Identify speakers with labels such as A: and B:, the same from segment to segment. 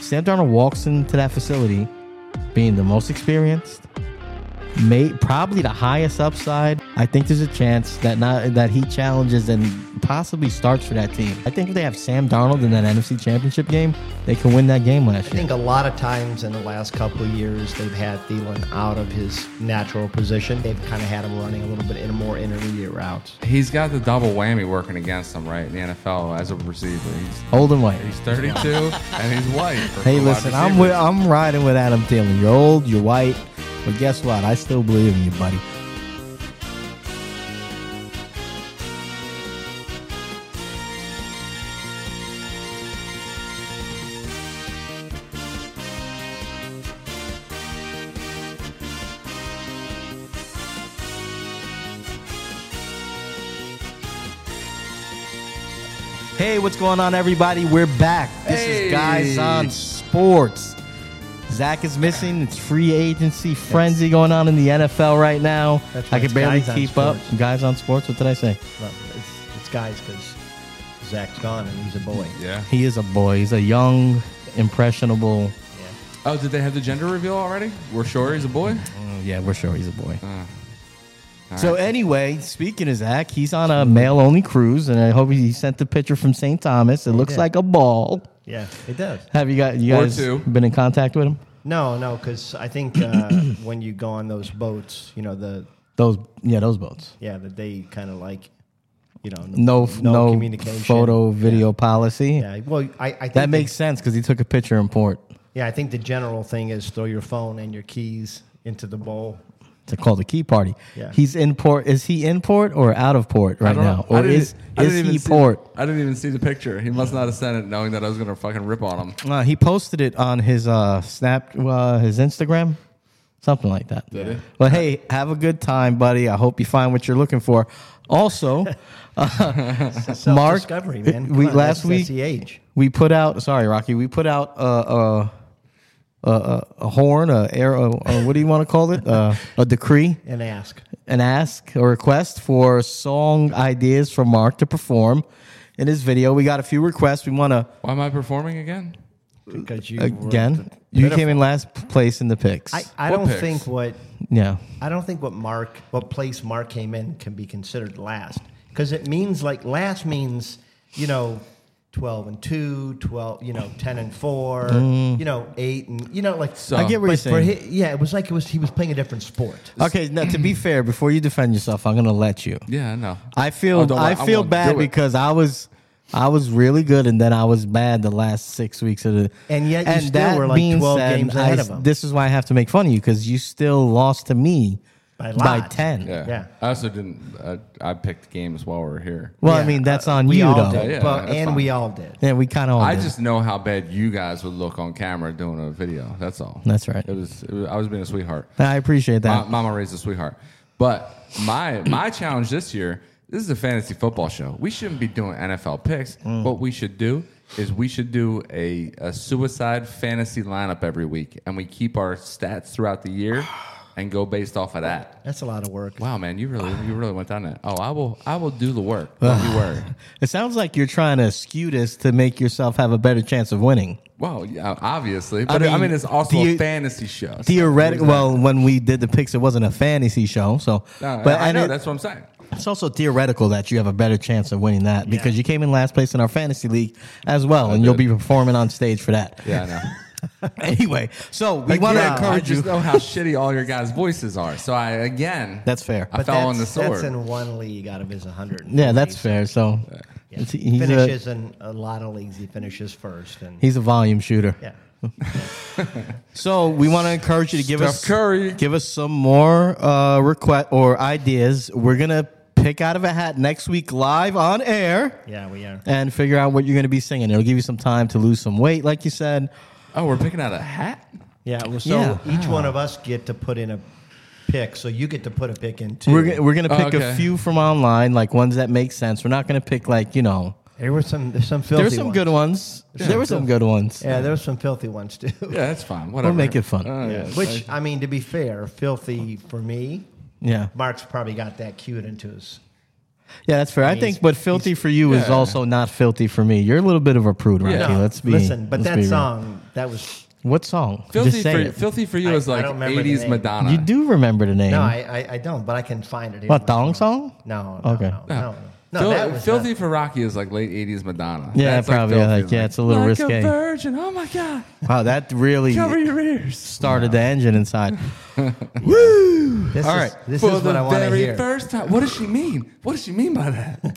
A: Sam Darnold walks into that facility being the most experienced, may probably the highest upside. I think there's a chance that not that he challenges and possibly starts for that team. I think if they have Sam Darnold in that NFC Championship game, they can win that game last
B: I
A: year.
B: think a lot of times in the last couple of years, they've had Thielen out of his natural position. They've kind of had him running a little bit in a more intermediate routes.
C: He's got the double whammy working against him, right? In the NFL as a receiver. He's
A: Old and white.
C: he's 32 and he's white. for
A: Hey,
C: wide
A: listen, I'm
C: receivers.
A: with, uh, I'm riding with Adam Thielen. You're old, you're white, but guess what? I still believe in you, buddy. Hey, what's going on, everybody? We're back. This
C: Hey.
A: is Guys on Sports. Zach is missing. It's free agency frenzy going on in the NFL right now.
B: That's
A: I
B: right.
A: can
B: It's
A: barely
B: Guys on
A: keep up.
B: Sports.
A: Guys on Sports. What did I say?
B: But it's, it's guys because Zach's gone and he's a boy.
C: Yeah.
A: He is a boy. He's a young, impressionable.
C: Oh, did they have the gender reveal already? We're sure he's a boy?
A: Mm, Yeah, we're sure he's a boy.
B: Mm.
C: All
A: So anyway, speaking of Zach, he's on a male-only cruise, and I hope he sent the picture from St. Thomas. It looks
B: did.
A: like a ball.
B: Yeah, it does.
A: Have you got you
C: Or
A: guys
C: two.
A: been in contact with him?
B: No, no, because I think uh, when you go on those boats, you know the
A: Those yeah, those boats.
B: yeah that they kind of like, you know,
A: No, f- no,
B: communication,
A: photo, video policy.
B: Yeah, well, I, I think
A: That makes sense because he took a picture in port.
B: yeah. I think the general thing is throw your phone and your keys into the bowl.
A: It's called the key party.
B: Yeah.
A: He's in port. Is he in port or out of port
C: I
A: right
C: don't
A: now?
C: know. I
A: Or
C: didn't-
A: is
C: I didn't
A: is
C: even
A: he
C: see-
A: port?
C: I didn't even see the picture. He must not have sent it knowing that I was going to fucking rip on him.
A: Uh, he posted it on his uh, snap, uh, his Instagram, something like that.
C: Did he?
A: Well, hey, have a good time, buddy. I hope you find what you're looking for. Also, Mark,
B: discovery, man. Come
A: we
B: on,
A: last
B: that's- E
A: week
B: that's the age.
A: we put out. Sorry, Rocky. We put out uh, uh, uh, uh, a horn, a air. Uh, uh, what do you want to call it? Uh, a decree
B: and ask.
A: an ask a request for song ideas for Mark to perform in his video. We got a few requests. We want to
C: Why am I performing again?
B: because you were
A: again.
B: the-
A: You came in last place in the picks.
B: I, I
C: What
B: don't
C: picks?
B: think what
A: yeah,
B: I don't think what Mark what place Mark came in can be considered last because it means like last means you know. 12 and 2 12 you know 10 and 4
A: Mm.
B: you know 8 and you know like
C: So-
A: I get what you're
B: but for
A: saying.
B: hi- yeah it was like it was he was playing a different sport
A: okay, now to be fair, before you defend yourself, I'm gonna let you.
C: Yeah, I know.
A: I feel
C: Oh, don't
A: I
C: worry, I
A: feel
C: won't
A: bad
C: do it.
A: because I was I was really good and then I was bad the last six weeks of the
B: And yet you still were like
A: being
B: 12 games
A: I-
B: ahead of 'em.
A: This is why I have to make fun of you because you still lost to me
B: By a
A: by
B: lot.
A: ten.
C: Yeah.
B: Yeah.
C: I also didn't. I, I picked games while we are here.
A: Well, I
B: Yeah,
A: mean that's
B: uh,
A: on
B: we
A: you
B: all
A: though.
B: did,
C: Yeah,
B: but,
C: that's
B: and
C: fine.
B: we all did
A: Yeah, we kind of.
C: I just know how bad you guys would look on camera doing a video. That's all.
A: That's right.
C: It was. It was I was being a sweetheart.
A: I appreciate that.
C: Ma- Mama raised a sweetheart. But my my challenge this year. This is a fantasy football show. We shouldn't be doing NFL picks. What we should do is we should do a, a suicide fantasy lineup every week, and we keep our stats throughout the year and go based off of that.
B: that's a lot of work
C: Wow, man, you really you really went down that. Oh, I will I will do the work. Don't you worry.
A: it sounds like you're trying to skew this to make yourself have a better chance of winning.
C: Well, yeah, obviously, but I mean,
A: mean,
C: it's also
A: do
C: a
A: you-
C: fantasy show. so-
A: Theoretic. Well, when we did the picks, it wasn't a fantasy show, so.
C: No,
A: but
C: I
A: and
C: know
A: it-
C: that's what I'm saying.
A: it's also theoretical that you have a better chance of winning that because you came in last place in our fantasy league as well, and you'll be
C: did.
A: performing on stage for that.
C: Yeah, I know.
A: anyway, so we want to
C: Again, I
A: encourage you.
C: just know how shitty all your guys' voices are. So I again,
A: That's fair.
C: I fell on the
B: that's-
C: sword.
B: that's in one league out of his 100
A: Yeah, that's fair. So
B: Yeah.
A: it's- he's a
B: finishes in a lot of leagues. He finishes first, and
A: he's a volume shooter.
B: yeah,
A: So we want to encourage you to give
C: Steph
A: us
C: Curry.
A: give us some more uh, request or ideas. We're gonna pick out of a hat next week live on air
B: yeah, we are.
A: and figure out what you're gonna be singing. It'll give you some time to lose some weight, like you said.
C: oh, we're picking out a hat.
B: Yeah, well, so
A: Yeah.
B: each one of us get to put in a pick, so you get to put a pick in too.
A: We're gonna, we're gonna
C: Oh,
A: pick a
C: okay.
A: few from online, like ones that make sense. We're not gonna pick like you know.
B: there were some there's some filthy.
A: There were some
B: ones.
A: good ones. There were some good ones.
B: Yeah, there were some filthy ones too.
C: Yeah, that's fine. Whatever.
A: make it fun.
C: Uh,
B: Yeah, Which I mean, to be fair, filthy for me.
A: Yeah.
B: Mark's probably got that cued into his
A: Yeah, that's fair. I, think, but filthy for you is
C: yeah.
A: also not filthy for me. You're a little bit of a prude, Rocky.
C: Yeah.
A: Let's be
B: Listen, but
A: let's
B: that
A: be real.
B: song, that was
A: What song?
C: Filthy
A: Just say
C: for,
A: it.
C: filthy for you
B: I-
C: is
B: I
C: like
B: don't remember the
C: 80s
B: name.
C: Madonna.
A: You do remember the name?
B: no, I, I, I don't, but I can find it.
A: What, thong song?
B: No, no,
A: Okay.
B: no, no, no.
C: Fil-
B: that was
C: filthy
B: not-
C: for Rocky is like late 80s Madonna.
A: yeah,
C: That's
A: probably.
C: filthy,
A: Like, yeah, it's a little
C: like
A: risque.
C: a virgin. Oh my God.
A: wow, that really
C: Cover your ears.
A: started the engine inside.
B: This
A: All
B: is,
A: right.
B: this
C: for
B: is what
C: the
B: I want to
C: very
B: hear.
C: first time. What does she mean? What does she mean by that?
A: You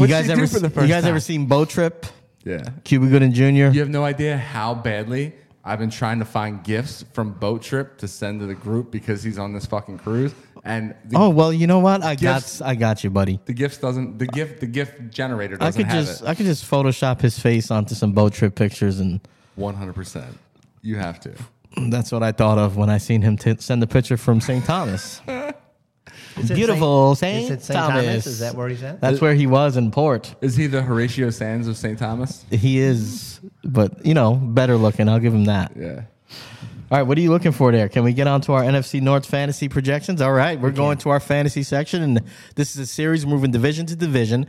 C: What'd
A: guys
C: she
A: ever?
C: do for the
A: s-
C: first
A: You guys
C: time?
A: ever seen Boat Trip?
C: Yeah.
A: Cuba Gooding Jr.
C: You have no idea how badly I've been trying to find gifts from Boat Trip to send to the group because he's on this fucking cruise, and the,
A: Oh well, you know what? I
C: Gifts.
A: got I got you, buddy.
C: the gifts doesn't the gift the gift generator
A: I
C: doesn't
A: could
C: have
A: just
C: it.
A: I could just Photoshop his face onto some boat trip pictures, and
C: One hundred percent. You have to.
A: that's what I thought of when I seen him t- send the picture from St. Thomas.
B: Is it
A: Beautiful St.
B: Is it St. Thomas?
A: Thomas.
B: Is that where he's at?
A: That's where he was in port.
C: Is he the Horatio Sands of St. Thomas?
A: He is, but you know, better looking. I'll give him that.
C: Yeah.
A: All right, what are you looking for there? Can we get on to our NFC North fantasy projections? All right, we're going to our fantasy section, and this is a series moving division to division.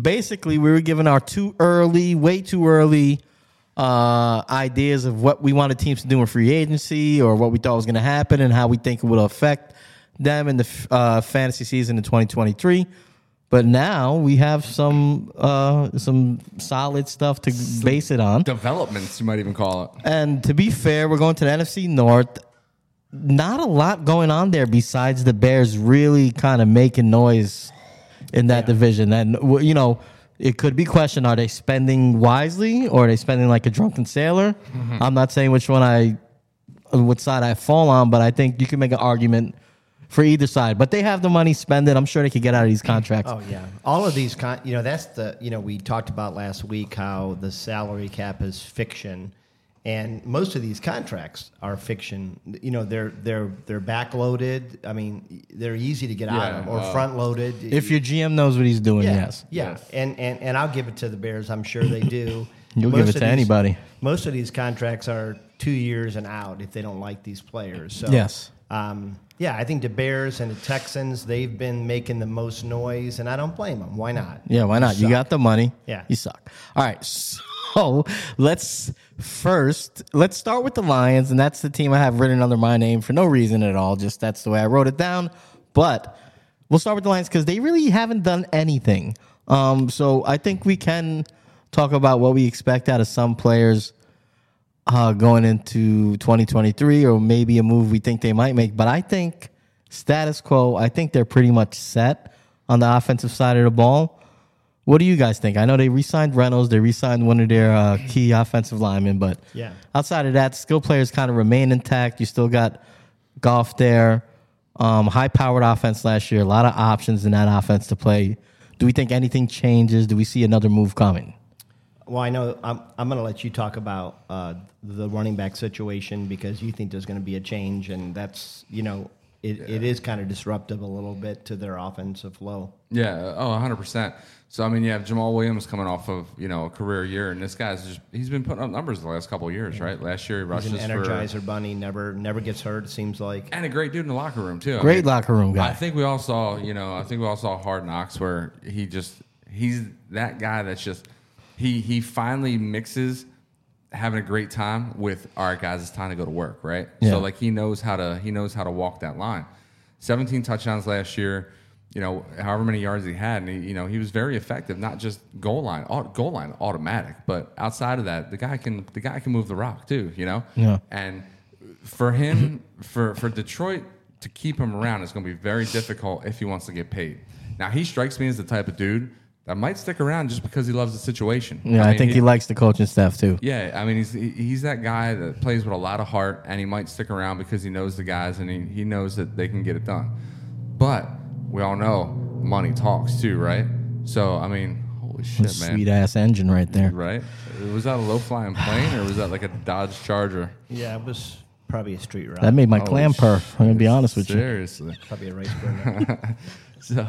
A: Basically, we were given our too early, way too early uh, ideas of what we wanted teams to do in free agency or what we thought was going to happen and how we think it would affect them in the f- uh, fantasy season in 2023. But now we have some uh, some solid stuff to base it on.
C: Developments, you might even call it.
A: And to be fair, we're going to the NFC North. Not a lot going on there besides the Bears really kind of making noise in that division. And w- you know, it could be questioned: Are they spending wisely, or are they spending like a drunken sailor?
B: Mm-hmm.
A: I'm not saying which one I, which side I fall on, but I think you can make an argument for either side. But they have the money, spend it. I'm sure they could get out of these contracts.
B: Oh yeah, all of these con- you know that's the you know we talked about last week how the salary cap is fiction, and most of these contracts are fiction. You know they're they're they're backloaded. I mean they're easy to get out of
C: Yeah,
B: or
C: uh,
B: front loaded.
A: If your GM knows what he's doing,
B: yeah,
A: yes.
B: yeah,
C: Yes.
B: and and and I'll give it to the Bears. I'm sure they do.
A: You'll give it
B: of
A: to
B: these-
A: anybody.
B: Most of these contracts are two years and out if they don't like these players. So
A: Yes.
B: um, yeah, I think the Bears and the Texans, they've been making the most noise, and I don't blame them. Why not?
A: Yeah, why not? You, got the money.
B: Yeah.
A: You suck. All right. So let's first let's start with the Lions, and that's the team I have written under my name for no reason at all. Just that's the way I wrote it down. But we'll start with the Lions because they really haven't done anything. Um, so I think we can talk about what we expect out of some players uh, going into 2023 or maybe a move we think they might make. But I think status quo, I think they're pretty much set on the offensive side of the ball. What do you guys think? I know they re signed Reynolds, they re signed one of their uh, key offensive linemen, but
B: Yeah.
A: outside of that, skill players kind of remain intact. You still got golf there. Um, high powered offense last year, a lot of options in that offense to play. Do we think anything changes? Do we see another move coming?
B: Well, I know I'm, I'm going to let you talk about uh, the running back situation because you think there's going to be a change, and that's, you know, it, it is kind of disruptive a little bit to their offensive flow.
C: Yeah. Oh, 100%. So, I mean, you have Jamal Williams coming off of, you know, a career year, and this guy's just, he's been putting up numbers the last couple of years, right? Last year he
B: He's
C: rushes
B: an
C: for
B: energizer bunny, never never gets hurt, it seems like.
C: and a great dude in the locker room too. I
A: Great
C: mean,
A: locker room guy.
C: I think we all saw, you know, I think we all saw Hard Knocks where he just he's that guy that's just he he finally mixes having a great time with all right guys, it's time to go to work, right?
A: Yeah.
C: So like he knows how to he knows how to walk that line. 17 touchdowns last year, you know, however many yards he had, and he, you know, he was very effective, not just goal line, au- goal line automatic, but outside of that, the guy can the guy can move the rock too, you know?
A: Yeah.
C: And for him, for for Detroit to keep him around is going to be very difficult if he wants to get paid. Now he strikes me as the type of dude that might stick around just because he loves the situation.
A: Yeah, I,
C: mean,
A: think he, likes the coaching staff too.
C: Yeah, I mean he's he- he's that guy that plays with a lot of heart, and he might stick around because he knows the guys and he, he knows that they can get it done. But we all know money talks too, right? So I mean, holy shit, man!
A: Sweet ass engine right there.
C: Right? Was that a low flying plane or was that like a Dodge Charger?
B: Yeah, it was probably a street route,
C: Oh,
A: That made my
C: Holy
A: clam purr. I'm gonna be honest with you.
C: Seriously.
B: probably a race burner.
C: So,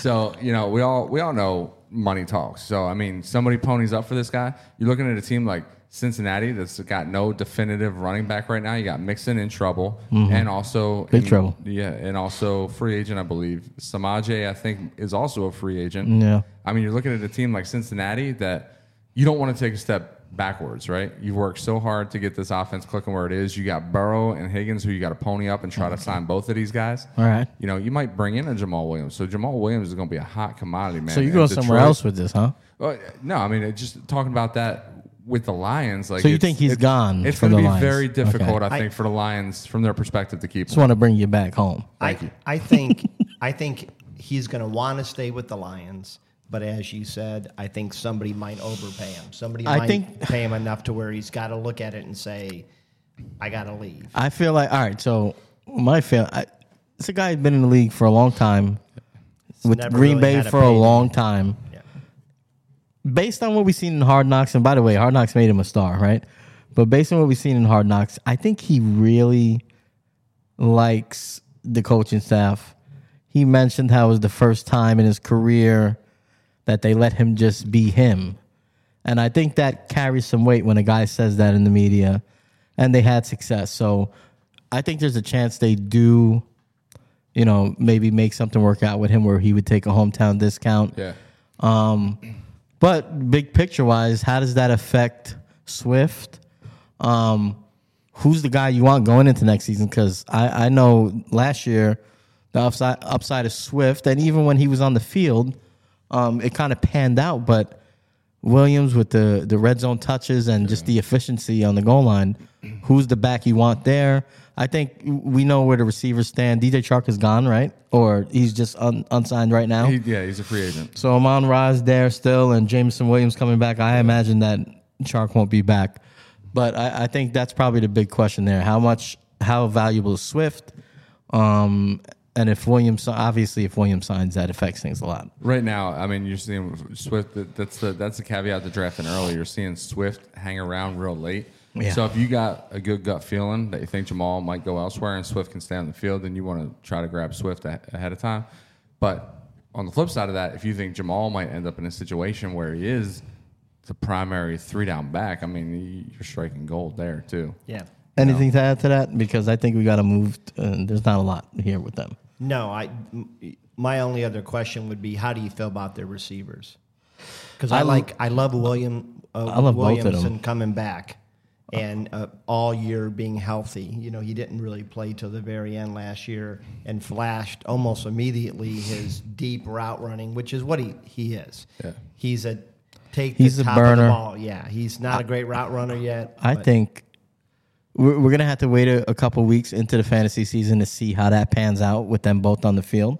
C: So you know, we all we all know money talks. So I mean, somebody ponies up for this guy. You're looking at a team like Cincinnati that's got no definitive running back right now. You got Mixon in trouble, and also
A: Mm-hmm. Big
C: in-
A: trouble.
C: Yeah, and also free agent, I believe. Samaje, I think, is also a free agent.
A: Yeah.
C: I mean, you're looking at a team like Cincinnati that you don't want to take a step backwards, right? You've worked so hard to get this offense clicking where it is. You got Burrow and Higgins, who you got to pony up and try to sign both of these guys.
A: All right.
C: You know, you might bring in a Jamal Williams. So Jamal Williams is going to be a hot commodity, man.
A: So you
C: And
A: go somewhere
C: Detroit-
A: else with this, huh?
C: Well, no, I mean, it- just talking about that with the Lions. Like,
A: So you
C: it's-
A: think he's
C: it's-
A: gone
C: It's
A: from
C: going to
A: the
C: be
A: Lions.
C: very difficult, I
B: I-
C: think, for the Lions from their perspective to keep.
A: Just want to bring you back home.
B: I, I think I think he's going to want to stay with the Lions, but as you said, I think somebody might overpay him. Somebody
A: I
B: might
A: think-
B: pay him enough to where he's got to look at it and say, "I got to leave."
A: I feel like all right. So my feel, I, it's a guy who's been in the league for a long time with
B: never
A: Green
B: really
A: Bay
B: had a
A: for a
B: payday.
A: long time.
B: Yeah.
A: Based on what we've seen in Hard Knocks, and by the way, Hard Knocks made him a star, right? But based on what we've seen in Hard Knocks, I think he really likes the coaching staff. He mentioned how it was the first time in his career that they let him just be him. And I think that carries some weight when a guy says that in the media. And they had success. So I think there's a chance they do, you know, maybe make something work out with him where he would take a hometown discount.
C: Yeah.
A: But big picture wise, how does that affect Swift? Um, who's the guy you want going into next season? Because I, I know last year the upside upside of Swift, and even when he was on the field, um, it kind of panned out. But Williams with the the red zone touches and just the efficiency on the goal line, who's the back you want there? I think we know where the receivers stand. DJ Chark is gone, right? Or he's just un, unsigned right now.
C: He, yeah, he's a free agent.
A: So Amon Ra's there still, and Jameson Williams coming back. I imagine that Chark won't be back, but I, I think that's probably the big question there: how much, how valuable is Swift, um, and if Williams, obviously, if Williams signs, that affects things a lot.
C: Right now, I mean, you're seeing Swift. that- That's the that's the caveat to drafting early. You're seeing Swift hang around real late.
A: Yeah.
C: So if you got a good gut feeling that you think Jamal might go elsewhere and Swift can stay on the field, then you want to try to grab Swift a- ahead of time. But on the flip side of that, if you think Jamal might end up in a situation where he is the primary three down back, I mean, you're striking gold there too.
B: Yeah.
A: Anything to add to that? Because I think we got to move. Uh, there's not a lot here with them.
B: No, I. m- My only other question would be, how do you feel about their receivers? Because I,
A: I l-
B: like, I love William. Uh,
A: I love both of them.
B: Williamson coming back, and uh, all year being healthy. You know, he didn't really play till the very end last year, and flashed almost immediately his deep route running, which is what he he is.
C: Yeah.
B: He's a take.
A: He's a
B: the top
A: burner.
B: Of the ball. Yeah, he's not a great route runner yet.
A: I
B: but-
A: think we're, we're gonna have to wait a, a couple weeks into the fantasy season to see how that pans out with them both on the field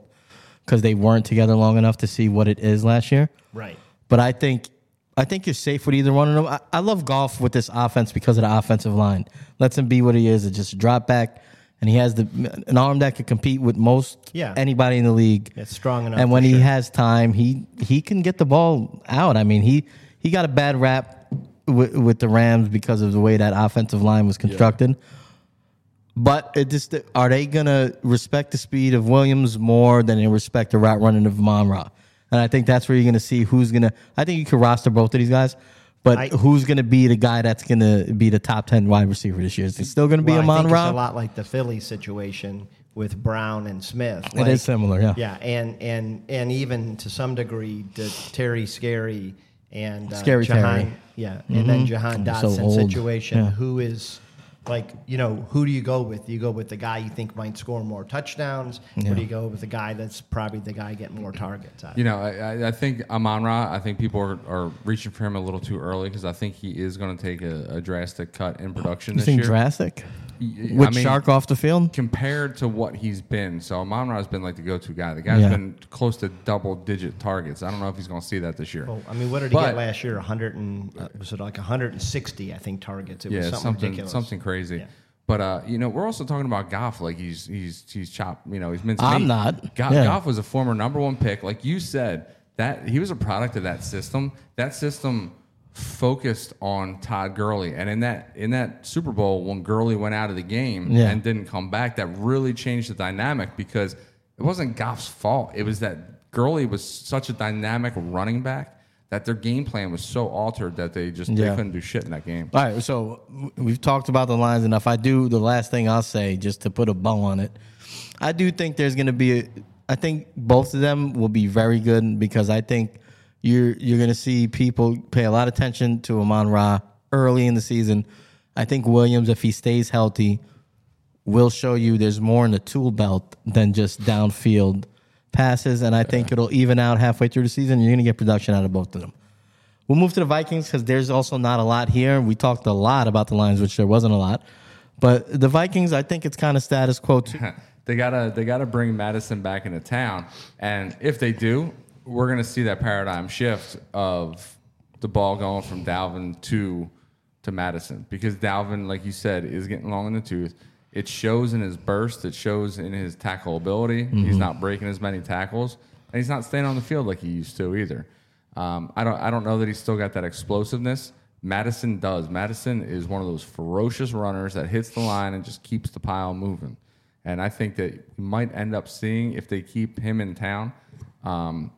A: because they weren't together long enough to see what it is last year.
B: right.
A: But I think I think you're safe with either one of them. I, I love golf with this offense because of the offensive line. Lets him be what he is. It's just a drop back, and he has the an arm that could compete with most
B: Yeah.
A: anybody in the league.
B: It's strong enough
A: And
B: for
A: when he
B: sure.
A: has time, he he can get the ball out. I mean, he he got a bad rap with, with the Rams because of the way that offensive line was constructed. But it just are they gonna respect the speed of Williams more than they respect the route running of Monra? And I think that's where you're gonna see who's gonna. I think you could roster both of these guys, but
B: I-
A: who's gonna be the guy that's gonna be the top ten wide receiver this year? Is it still gonna be
B: Well, I
A: Amon
B: think it's a
A: Ra?
B: lot like the Philly situation with Brown and Smith.
A: It is similar, yeah.
B: Yeah, and and and even to some degree to Terry Scary and uh,
A: Scary
B: Jahan,
A: Terry. Mm-hmm.
B: Yeah, and then Jahan
A: I'm so
B: Dotson
A: old.
B: situation.
A: Yeah.
B: Who is like you know who do you go with? You go with the guy you think might score more touchdowns, or do you go with the guy that's probably the guy getting more targets? Out?
C: You know, I, I- I think Amon Ra, I think people are, are reaching for him a little too early because I think he is going to take a, a drastic cut in production
A: You
C: this
A: think
C: year.
A: drastic
C: Y- I
A: with
C: mean-
A: Shark off the field?
C: compared to what he's been. So Amon Ra's been like the go to guy. The guy's
A: Yeah.
C: been close to double digit targets. I don't know if he's going to see that this year.
B: Well, I mean, what did he
C: But-
B: get last year? 100 and uh, was it like 160? I think targets. It was
C: yeah,
B: something,
C: something
B: ridiculous.
C: something crazy.
B: Yeah.
C: But uh, you know, we're also talking about Goff. Like he's he's he's chopped. You know, he's minced.
A: I'm
C: meat.
A: not.
C: Go-
A: Yeah.
C: Goff was a former number one pick, like you said. That he was a product of that system. That system focused on Todd Gurley, and in that in that Super Bowl when Gurley went out of the game
A: Yeah.
C: and didn't come back, that really changed the dynamic because it wasn't Goff's fault. It was that Gurley was such a dynamic running back that their game plan was so altered that they just they
A: Yeah.
C: couldn't do shit in that game.
A: All right, so w- we've talked about the lines enough. I do the last thing I'll say, just to put a bow on it. I do think there's going to be. A, I think both of them will be very good because I think you're you're going to see people pay a lot of attention to Amon Ra early in the season. I think Williams, if he stays healthy, will show you there's more in the tool belt than just downfield passes, and I think it'll even out halfway through the season. You're going to get production out of both of them. We'll move to the Vikings because there's also not a lot here. We talked a lot about the Lions, which there wasn't a lot. But the Vikings, I think it's kind of status quo. Too.
C: they gotta they gotta bring Madison back into town, and if they do, we're gonna see that paradigm shift of the ball going from Dalvin to to Madison because Dalvin, like you said, is getting long in the tooth. It shows in his burst. It shows in his tackle ability. He's not breaking as many tackles, and he's not staying on the field like he used to either. Um, I don't I don't know that he's still got that explosiveness. Madison does. Madison is one of those ferocious runners that hits the line and just keeps the pile moving. And I think that we might end up seeing if they keep him in town. Um,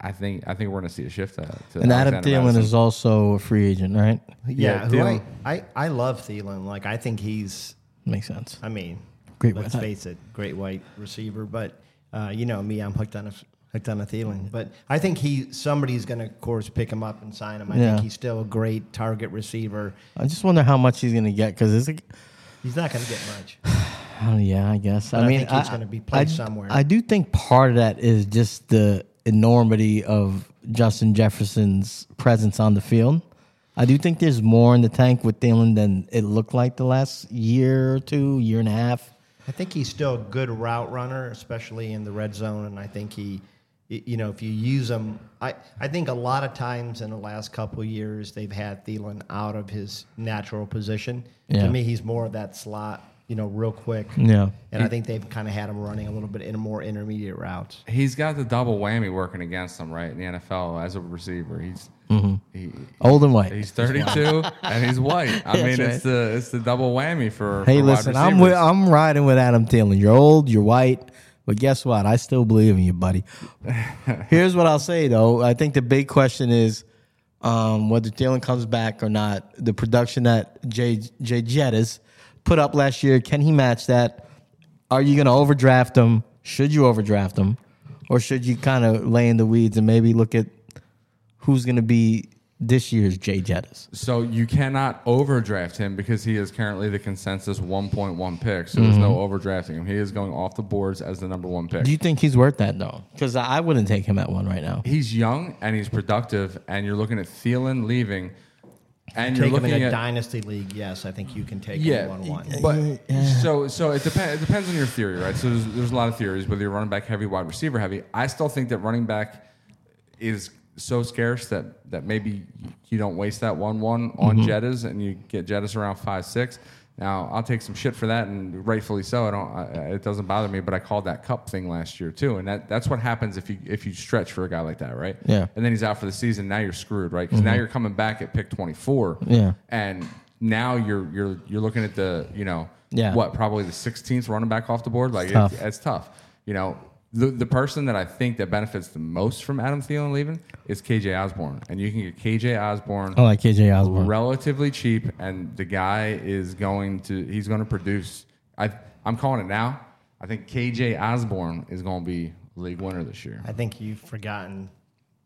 C: I think I think we're going to see a shift to, to
A: And Adam
C: Alexander
A: Thielen
C: Madison.
A: is also a free agent, right?
B: Yeah,
C: Yeah,
B: who I,
C: Thielen.
B: I, I love Thielen. Like I think he's
A: Makes sense.
B: I mean,
A: Great
B: Let's
A: white.
B: face it, great white receiver. But uh, you know me, I'm hooked on a hooked on a Thielen. But I think he somebody's going to, of course, pick him up and sign him. I
A: Yeah.
B: think he's still a great target receiver.
A: I just wonder how much he's going to get because it's. Like,
B: He's not going to get much.
A: Oh yeah, I guess.
B: I
A: I mean,
B: think he's gonna be played
A: I-
B: somewhere.
A: I do think part of that is just the enormity of Justin Jefferson's presence on the field. I do think there's more in the tank with Thielen than it looked like the last year or two, year and a half.
B: I think he's still a good route runner, especially in the red zone. And I think he, y- you know, if you use him, I, I think a lot of times in the last couple of years, they've had Thielen out of his natural position.
A: Yeah.
B: To me, he's more of that slot, you know, real quick.
C: Mm.
A: Yeah.
B: And I think they've kind of had him running a little bit in more intermediate routes.
C: He's got the double whammy working against him, right? In the NFL as a receiver, he's
A: Mm-hmm.
C: he,
A: Old and white.
C: he's 32 and he's white. I mean, it's the it's the double whammy for.
A: Hey,
C: for
A: listen,
C: wide
A: I'm with, uh,
C: receivers.
A: I'm riding with Adam Thielen. You're old, you're white, but guess what? I still believe in you, buddy. Here's what I'll say though. I think the big question is um, whether Thielen comes back or not. The production that Jay Jay Jettis put up last year, can he match that? Are you going to overdraft him? Should you overdraft him, or should you kind of lay in the weeds and maybe look at who's going to be this year's Jay Jettis?
C: So you cannot overdraft him because he is currently the consensus 1.1 pick.
A: Mm-hmm.
C: So there's no overdrafting him. He is going off the boards as the number one pick.
A: Do you think he's worth that though? Because I wouldn't take him at one right now.
C: he's young and he's productive, and you're looking at Thielen leaving, and you're
B: Take him
C: looking
B: in a
C: at
B: dynasty league, yes, I think you can take
C: yeah,
B: him one one.
C: But so so it depends. It depends on your theory, right? So there's, there's a lot of theories, whether you're running back heavy, wide receiver heavy. I still think that running back is so scarce that that maybe you don't waste that one one on
A: Mm-hmm.
C: Jettas and you get Jettas around five six. Now I'll take some shit for that, and rightfully so. I don't. I, I- it doesn't bother me, but I called that cup thing last year too, and that, that's what happens if you if you stretch for a guy like that, right?
A: Yeah. Mm-hmm.
C: And then he's out for the season. Now you're screwed, right? Because now you're coming back at pick twenty four.
A: Yeah.
C: And now you're you're you're looking at the you know
A: Yeah.
C: what probably the 16th running back off the board. Like
A: tough.
C: It's, it's tough. You know, the the person that I think that benefits the most from Adam Thielen leaving is KJ Osborne, and you can get KJ Osborne
A: I like KJ Osborne.
C: relatively cheap, and the guy is going to he's going to produce. I I'm calling it now. I think KJ Osborne is going to be league winner this year.
B: I think you've forgotten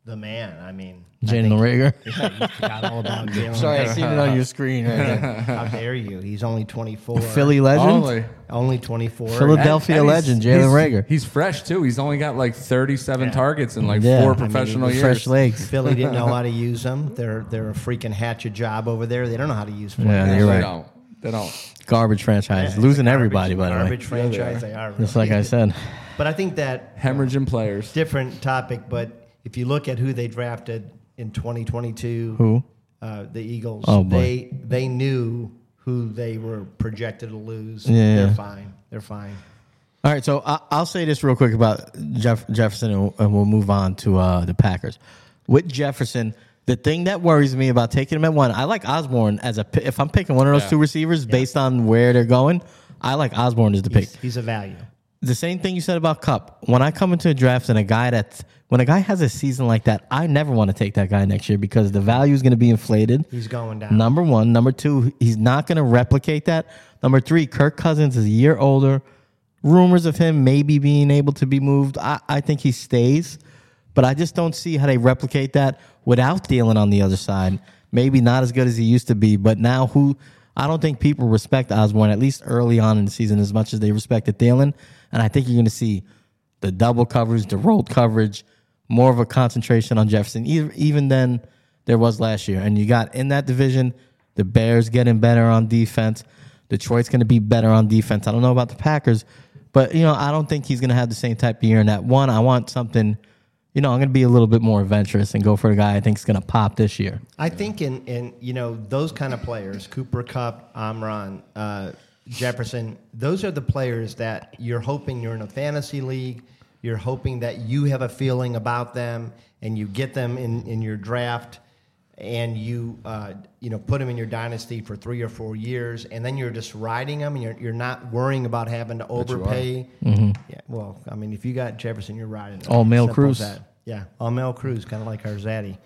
B: the man. I mean,
A: Jalen Rager.
B: you forgot all about Jalen.
A: Sorry, I seen it on your screen. Right there.
B: How dare you? He's only 24.
A: Philly legend,
C: Only.
B: Only 24.
A: Philip-
C: And-
A: Philadelphia
C: and he's-
A: legend, Jalen
C: he's-
A: Rager.
C: He's fresh too. He's only got like 37
B: Yeah.
C: targets in like
A: Yeah. I
C: four
A: mean,
C: professional years.
A: fresh legs.
B: Philly didn't know how to use them. They're they're a freaking hatchet job over there. They don't know how to use
A: Yeah,
B: players.
A: you're
C: they
A: right.
C: don't. They don't.
A: Garbage franchise, losing everybody. By the way,
B: Garbage franchise they are.
A: just like I said,
B: But I think that
C: Hemorrhaging players.
B: different topic. But if you look at who they drafted in 2022,
A: Who?
B: uh, the Eagles?
A: Oh, boy.
B: they they knew who they were projected to lose.
A: Yeah.
B: They're fine. They're fine.
A: All right, so I, I'll say this real quick about Jeff, Jefferson, and, and we'll move on to uh, the Packers. With Jefferson, the thing that worries me about taking him at one, I like Osborne as a. pi- If I'm picking one of those
C: Yeah.
A: two receivers based on where they're going, I like Osborne as the pick.
B: He's, he's a value.
A: the same thing you said about Cup. When I come into a draft and a guy that's when a guy has a season like that, I never want to take that guy next year because the value is going to be inflated.
B: He's going down.
A: Number one, number two, he's not going to replicate that. Number three, Kirk Cousins is a year older. Rumors of him maybe being able to be moved. I, I think he stays, but I just don't see how they replicate that without Thielen on the other side. Maybe not as good as he used to be, but now who? I don't think people respect Osborne at least early on in the season as much as they respected Thielen, and I think you're going to see the double coverage, the rolled coverage, more of a concentration on Jefferson, e- even than there was last year. And you got in that division, the Bears getting better on defense. Detroit's going to be better on defense. I don't know about the Packers, but you know I don't think he's going to have the same type of year. And that one, I want something. You know, I'm going to be a little bit more adventurous and go for a guy I think's going to pop this year.
B: I think in, in you know those kind of players, Cooper Cup, Amron, uh, Jefferson, those are the players that you're hoping you're in a fantasy league. You're hoping that you have a feeling about them, and you get them in, in your draft, and you uh, you know put them in your dynasty for three or four years, and then you're just riding them, and you're you're not worrying about having to
C: you are.
B: overpay. Yeah, well, I mean, if you got Jefferson, you're riding him.
A: Mm-hmm. All male
B: Simple
A: Cruz.
B: as that. Yeah, all male Cruz, kind of like our Zaddy.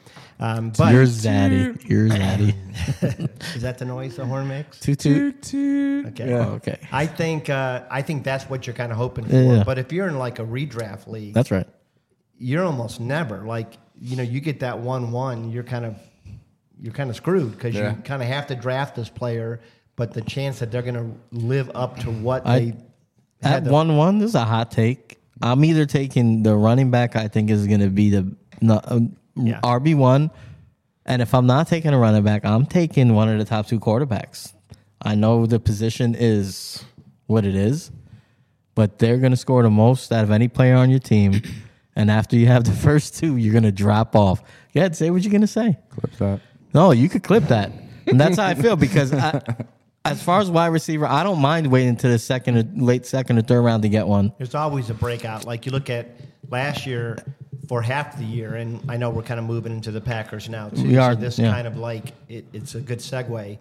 B: Um, but
A: You're zaddy. You're zaddy.
B: is that the noise the horn makes?
A: Toot toot.
B: Okay.
A: Yeah, Oh, okay.
B: I think uh, I think that's what you're kind of hoping for.
A: Yeah.
B: But if you're in like a redraft league,
A: That's right.
B: you're almost never like you know you get that one one, you're kind of you're kind of screwed because
C: Yeah.
B: you kind of have to draft this player, but the chance that they're going to live up to what
A: I-
B: they
A: At
B: had the-
A: one one, this is a hot take. I'm either taking the running back. I think is going to be the no, um,
B: Yeah.
A: RB one, and if I'm not taking a running back, I'm taking one of the top two quarterbacks. I know the position is what it is, but they're going to score the most out of any player on your team. And after you have the first two, you're going to drop off. Yeah, say what you're going to say.
C: Clip that.
A: No, you could clip that. And that's how I feel because I, as far as wide receiver, I don't mind waiting to the second, or late second or third round to get one.
B: There's always a breakout. Like you look at last year for half the year, and I know we're kind of moving into the Packers now too.
A: We are,
B: So this
A: yeah.
B: kind of like it, it's a good segue.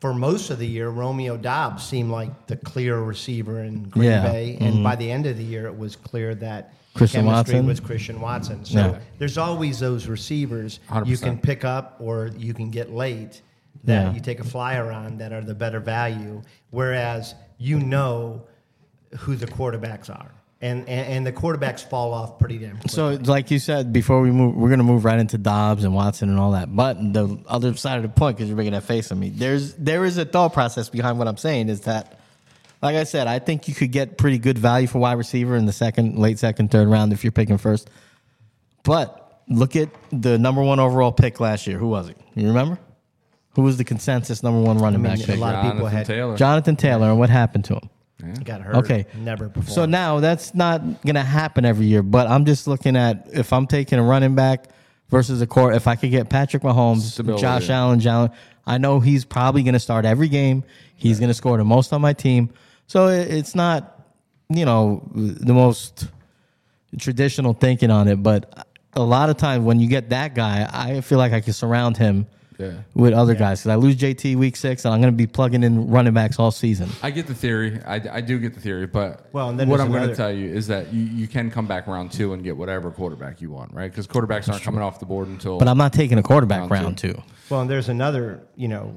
B: For most of the year, Romeo Dobbs seemed like the clear receiver in Green
A: Yeah. Mm-hmm.
B: Bay, and by the end of the year, it was clear that the
A: Christian
B: chemistry
A: Watson.
B: was Christian Watson. So
A: Yeah.
B: there's always those receivers you
C: 100%.
B: can pick up or you can get late that
A: Yeah.
B: you take a flyer on that are the better value. Whereas you know who the quarterbacks are, and and, and the quarterbacks fall off pretty damn quick.
A: So, like you said before, we move, we're going to move right into Dobbs and Watson and all that. But the other side of the point, because you're making that face on me, there's there is a thought process behind what I'm saying is that, like I said, I think you could get pretty good value for wide receiver in the second, late second, third round if you're picking first. But look at the number one overall pick last year. Who was it? You remember? Who was the consensus number one running
B: mean,
A: back?
B: a
A: pick?
B: lot of people
C: Jonathan
B: had-
C: Taylor.
A: Jonathan Taylor and what happened to him.
B: got hurt.
A: Okay.
B: never before.
A: So now that's not going to happen every year, but I'm just looking at if I'm taking a running back versus a core, if I could get Patrick Mahomes,
C: Stability.
A: Josh Allen, Jalen, I know he's probably going to start every game. He's going to score the most on my team. So it, it's not, you know, the most traditional thinking on it, but a lot of times when you get that guy, I feel like I can surround him.
C: Yeah.
A: With other guys, because I lose JT week six, and I'm going to be plugging in running backs all season.
C: I get the theory. I, I do get the theory, but
B: Well, and then
C: what
B: there's
C: I'm going to
B: another-
C: tell you is that you, you can come back round two and get whatever quarterback you want, right? Because quarterbacks aren't coming off the board until.
A: But I'm not taking a quarterback round
C: Round
A: two.
B: well, and there's another you know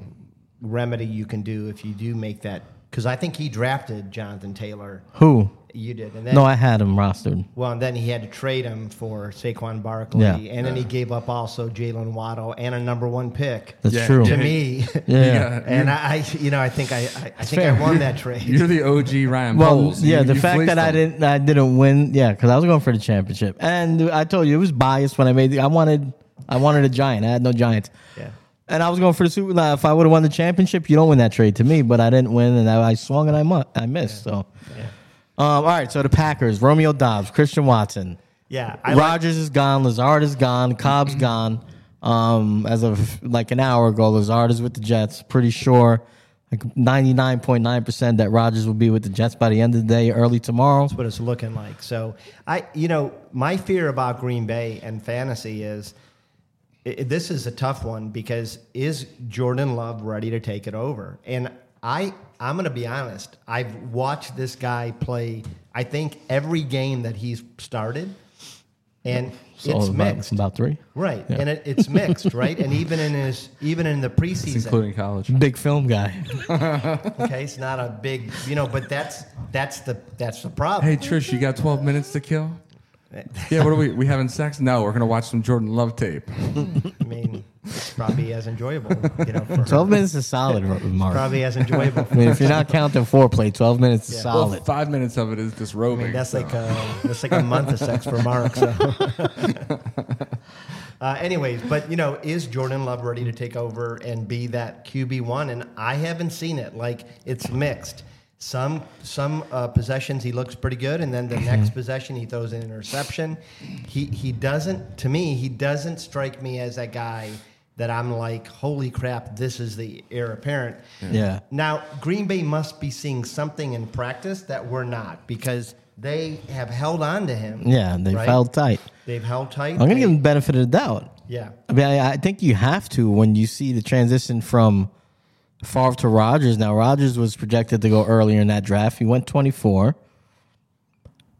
B: remedy you can do if you do make that because I think he drafted Jonathan Taylor.
A: Who?
B: You did, and then
A: No, I had him rostered.
B: Well, and then he had to trade him for Saquon Barkley,
A: Yeah.
B: and then he gave up also Jalen Waddle and a number one pick
A: That's
C: Yeah,
A: true.
B: to
C: yeah.
B: me.
A: Yeah.
B: and I, I, you know, I think I, I, I think
A: fair.
B: I won that trade.
C: You're the OG Ryan
A: Well,
C: Poles.
A: yeah.
C: You-
A: the
C: you
A: fact
C: fleeced
A: that I
C: them.
A: didn't, I didn't win. Yeah, because I was going for the championship, and I told you it was biased when I made. The, I wanted, I wanted a giant. I had no giants.
B: Yeah.
A: And I was going for the Super Bowl. If I would have won the championship, you don't win that trade to me. But I didn't win, and I, I swung and I, mu- I missed. So, Um, all right. So the Packers: Romeo Dobbs, Christian Watson,
B: Yeah, I
A: Rogers
B: like- Mm-hmm.
A: is gone, Lazard is gone, Cobb's gone. Um, as of like an hour ago, Lazard is with the Jets. Pretty sure, like ninety nine point nine percent that Rogers will be with the Jets by the end of the day, early tomorrow.
B: That's what it's looking like. So I, you know, my fear about Green Bay and fantasy is i this is a tough one because is Jordan Love ready to take it over? And I I'm gonna be honest. I've watched this guy play. I think every game that he's started, and
A: all
B: it's
A: about,
B: mixed,
A: about three.
B: right?
A: Yeah.
B: And it, it's mixed, right? And even in his even in the preseason,
C: including college.
A: Big film guy.
B: okay, it's not a big, you know. But that's that's the that's the problem.
C: Hey Trish, you got 12 minutes to kill? Yeah, what are we? We having sex? No, we're gonna watch some Jordan Love tape.
B: I mean, it's probably as enjoyable, you know. For her.
A: Twelve minutes is solid, Ro- Mark.
B: Probably as enjoyable.
A: I mean, if you're not counting foreplay, twelve minutes is
B: Yeah.
C: Well,
A: solid.
C: five minutes of it is disrobing.
B: That's
C: so.
B: like a, that's like a month of sex for Mark. So. uh, anyways, but you know, is Jordan Love ready to take over and be that QB one? And I haven't seen it. Like it's mixed. Some some uh, possessions he looks pretty good, and then the next possession he throws an interception. He he doesn't. To me, he doesn't strike me as that guy that I'm like, holy crap, this is the heir apparent.
A: Yeah.
B: Now, Green Bay must be seeing something in practice that we're not because they have held on to him.
A: Yeah, they
B: right?
A: fell tight.
B: They've held tight.
A: I'm gonna
B: They-
A: give them the benefit of the doubt.
B: Yeah.
A: I mean, I, I think you have to when you see the transition from Favre to Rodgers. Now, Rodgers was projected to go earlier in that draft. He went 24.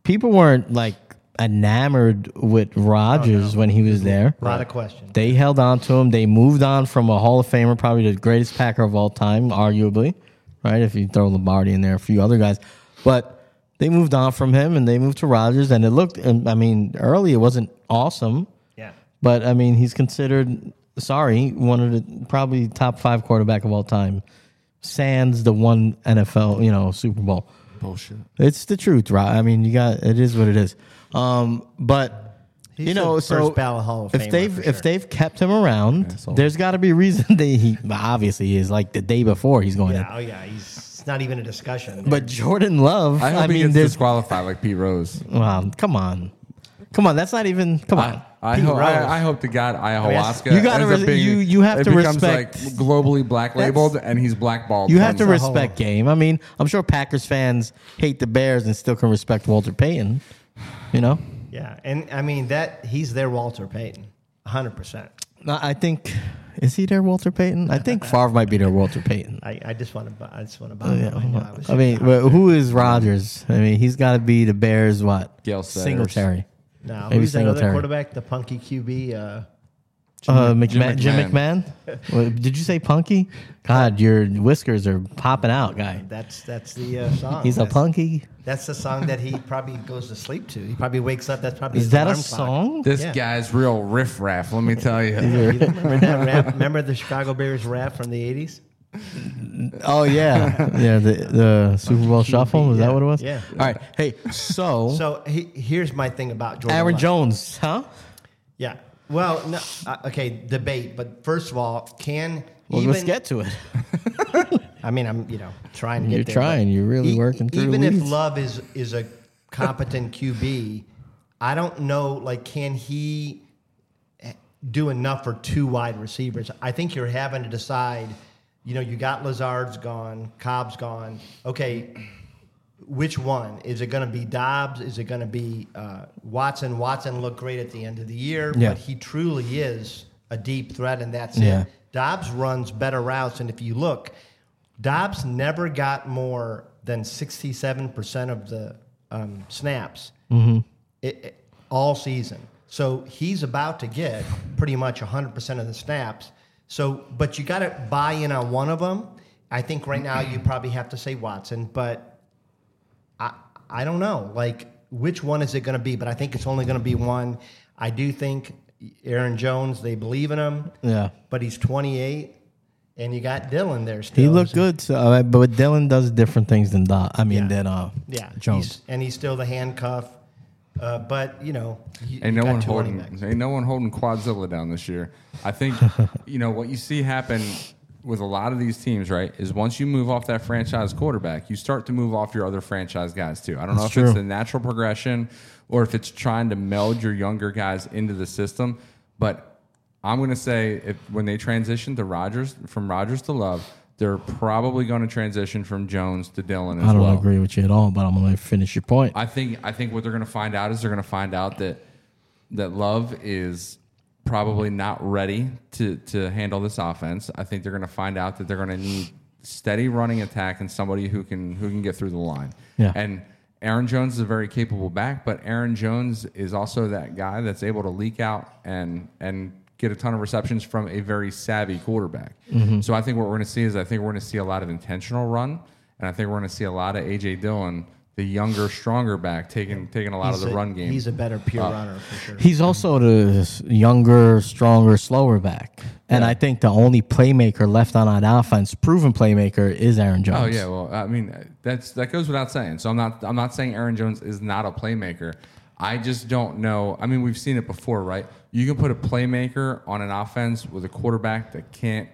A: People weren't like enamored with Rodgers when he was there.
B: A lot of questions.
A: They held on to him. They moved on from a Hall of Famer, probably the greatest Packer of all time, arguably, right? If you throw Lombardi in there, a few other guys, but they moved on from him and they moved to Rodgers, and it looked. and, I mean, early it wasn't awesome.
B: Yeah.
A: But I mean, he's considered sorry one of the probably top five quarterback of all time. Sans the one NFL, you know, Super Bowl.
C: bullshit.
A: It's the truth, right? I mean, you got it is what it is. Um, but
B: He's
A: you know,
B: a
A: so
B: first ballot Hall of
A: if
B: Famer
A: they've
B: for
A: if
B: sure.
A: they've kept him around,
C: so-
A: there's got to be a reason they he obviously he is like the day before he's going in.
B: Yeah, oh yeah, he's it's not even a discussion.
A: But Jordan Love,
C: I
A: I,
C: hope he
A: mean,
C: gets
A: there's
C: disqualified like Pete Rose.
A: wow, come on, come on, that's not even come on.
C: I,
B: Pete
C: hope,
B: Rose.
C: I, I hope to God ayahuasca.
A: You gotta
C: ends up
A: res- you- you have
C: it
A: to
C: becomes
A: respect-
C: like globally black labeled, and he's blackballed.
A: You have to
C: from-
A: respect game. I mean, I'm sure Packers fans hate the Bears and still can respect Walter Payton. You know,
B: yeah, and I mean that he's their Walter Payton, 100. percent
A: No, I think is he their Walter Payton? I think Favre might be their Walter Payton.
B: I, I just want to I just want to
A: Oh,
B: buy him. I, know I, was
A: I mean, well, who is Rodgers? I mean, he's got to be the Bears. What?
C: Gale Sayers.
A: Singletary.
B: now
A: maybe
B: who's that
A: Singletary.
B: other quarterback? The punky QB. Uh,
A: Uh, McMahon, Jim
C: McMahon.
A: McMahon. What, Did you say Punky? God, your whiskers are popping out, guy.
B: that's that's the uh, song.
A: He's a
B: That's-
A: punky.
B: That's the song that he probably goes to sleep to. He probably wakes up. That's probably
A: Is
B: his
A: that a
B: alarm clock.
A: song?
C: This
B: Yeah.
C: guy's real riffraff. Let me tell you.
B: You don't remember that rap? Remember the Chicago Bears rap from the '80s?
A: Oh yeah, yeah. The, the Super Bowl Shuffle. Is that what it was?
B: Yeah.
A: All right. Hey, so
B: So he, here's my thing about Jordan.
A: Aaron
B: Love.
A: Jones, huh?
B: Yeah. Well, no, uh, okay, debate. But first of all, can
A: Well,
B: even?
A: let's get to it.
B: I mean, I'm you know trying to
A: You're
B: get there.
A: trying.
B: but e-
A: You're really working through
B: Even
A: leads.
B: if Love is is a competent QB, I don't know. Like, can he do enough for two wide receivers. I think you're having to decide, you know, you got Lazard's gone, Cobb's gone. Okay, which one? Is it going to be Dobbs? Is it going to be uh, Watson? Watson looked great at the end of the year,
A: Yeah.
B: but he truly is a deep threat, and that's
A: Yeah.
B: it. Dobbs runs better routes, and if you look, Dobbs never got more than 67% of the um, snaps it, it- all season. So he's about to get pretty much 100% of the snaps. So, but you got to buy in on one of them. I think right now you probably have to say Watson, but I I don't know. Like which one is it going to be? But I think it's only going to be one. I do think Aaron Jones. They believe in him.
A: Yeah.
B: But he's 28, and you got Dylan there still.
A: He looked good, so, uh, but Dylan does different things than Doc. I mean,
B: Yeah.
A: than uh,
B: Yeah.
A: Jones.
B: he's- and he's still the handcuff. Uh, but you know, you,
C: Ain't
B: you
C: no
B: got
C: one
B: two running
C: holding.
B: backs.
C: Ain't no one holding Quadzilla down this year. I think you know what you see happen with a lot of these teams, right? Is once you move off that franchise quarterback, you start to move off your other franchise guys too. I don't know
A: That's
C: if
A: true.
C: it's a natural progression or if it's trying to meld your younger guys into the system, but I'm going to say if when they transition to Rogers from Rogers to Love, they're probably going to transition from Jones to Dylan as
A: I don't
C: well.
A: agree with you at all, but I'm going to finish your point.
C: I think I think what they're going to find out is they're going to find out that that Love is probably not ready to to handle this offense. I think they're going to find out that they're going to need steady running attack and somebody who can who can get through the line.
A: Yeah.
C: And Aaron Jones is a very capable back, but Aaron Jones is also that guy that's able to leak out and and get a ton of receptions from a very savvy quarterback.
B: Mm-hmm.
C: So I think what we're going to see is I think we're going to see a lot of intentional run, and I think we're going to see a lot of AJ Dillon, the younger, stronger back, taking taking a lot
B: He's
C: of the
B: a-
C: run game. Uh,
B: He's a better pure runner for sure.
A: He's also the s- younger, stronger, slower back. And I think the only playmaker left on that offense, proven playmaker, is Aaron
C: Oh
A: Jones.
C: yeah, well, I mean that's that goes without saying. So I'm not I'm not saying Aaron Jones is not a playmaker. I just don't know. I mean, we've seen it before, right? You can put a playmaker on an offense with a quarterback that can't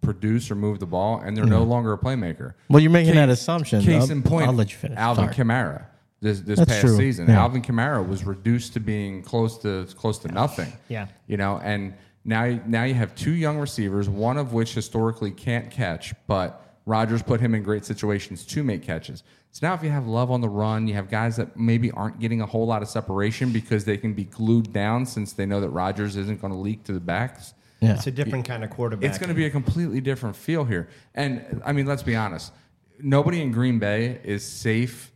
C: produce or move the ball, and they're no longer a playmaker.
A: Well, you're making that assumption.
C: Case
A: I'll-
C: in point,
A: I'll let you finish.
C: Alvin
A: Sorry.
C: Kamara this this
A: That's
C: past
A: true.
C: season.
A: Yeah.
C: Alvin Kamara was reduced to being close to close to nothing.
A: Yeah.
C: you know, and now now you have two young receivers, one of which historically can't catch, but Rodgers put him in great situations to make catches. So now if you have love on the run, you have guys that maybe aren't getting a whole lot of separation because they can be glued down since they know that Rodgers isn't going to leak to the backs.
A: Yeah.
B: It's a different kind of quarterback.
C: It's going to be a completely different feel here. And I mean, let's be honest. Nobody in Green Bay is safe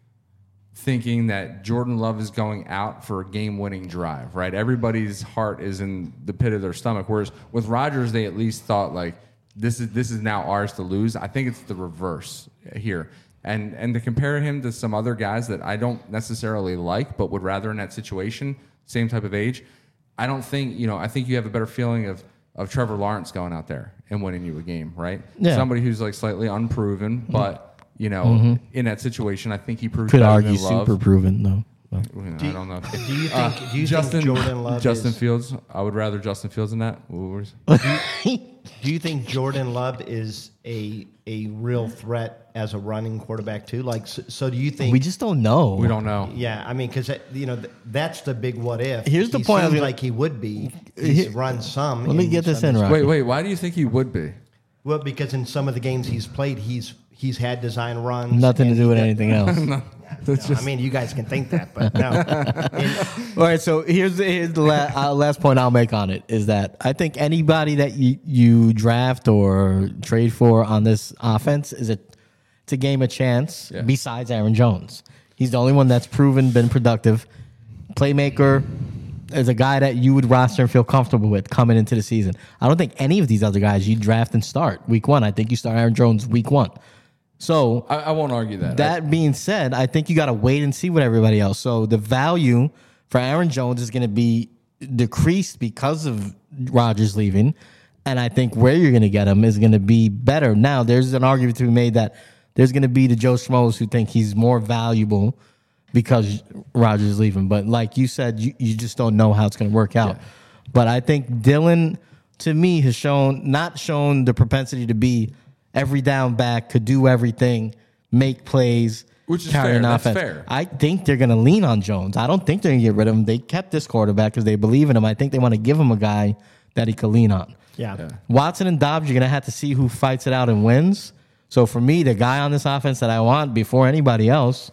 C: thinking that Jordan Love is going out for a game-winning drive, right? Everybody's heart is in the pit of their stomach. Whereas with Rodgers, they at least thought like this is this is now ours to lose. I think it's the reverse here. And and to compare him to some other guys that I don't necessarily like, but would rather in that situation, same type of age, I don't think you know. I think you have a better feeling of of Trevor Lawrence going out there and winning you a game, right?
A: Yeah.
C: Somebody who's like slightly unproven, but you know, in that situation, I think he proved
A: Could
C: better
A: argue
C: than Love.
A: super proven, though. Well,
C: You know, I don't know.
B: Do you think? do you
C: Uh, Justin,
B: think Jordan Love?
C: Justin
B: Is,
C: Fields. I would rather Justin Fields than that. What was-
B: do you think Jordan Love is a a real threat as a running quarterback too? Like, so, so do you think?
A: We just don't know.
C: We don't know.
B: yeah, I mean, because you know th- that's the big what if.
A: Here's the
B: He
A: point I was
B: Seems
A: gonna-
B: like he would be.
A: He-
B: He's run some.
A: Let me get this
B: some
A: in, Rob.
C: Wait, wait. Why do you think he would be?
B: Well, because in some of the games he's played, he's he's had design runs.
A: Nothing to
B: and
A: do
B: he
A: with
B: got-
A: anything else.
C: That's
B: No,
C: just
B: I mean, you guys can think that, but no. And-
A: All right, so here's the, here's the la- uh, last point I'll make on it is that I think anybody that you, you draft or trade for on this offense is a it's a game of chance.
C: Yeah.
A: Besides Aaron Jones, he's the only one that's proven been productive, playmaker, is a guy that you would roster and feel comfortable with coming into the season. I don't think any of these other guys you draft and start week one. I think you start Aaron Jones week one. So
C: I, I won't argue that.
A: that being said, I think you got to wait and see what everybody else. So the value for Aaron Jones is going to be decreased because of Rodgers leaving, and I think where you're going to get him is going to be better. Now, there's an argument to be made that there's going to be the Joe Schmoes who think he's more valuable because Rodgers is leaving. But like you said, you, you just don't know how it's going to work out. But I think Dylan, to me, has shown not shown the propensity to be every down back, could do everything, make plays,
C: Which is
A: carry
C: fair.
A: an
C: That's
A: offense.
C: fair.
A: I think they're going to lean on Jones. I don't think they're going to get rid of him. They kept this quarterback because they believe in him. I think they want to give him a guy that he could lean on.
B: yeah.
A: Watson and Dobbs, you're going to have to see who fights it out and wins. So for me, the guy on this offense that I want before anybody else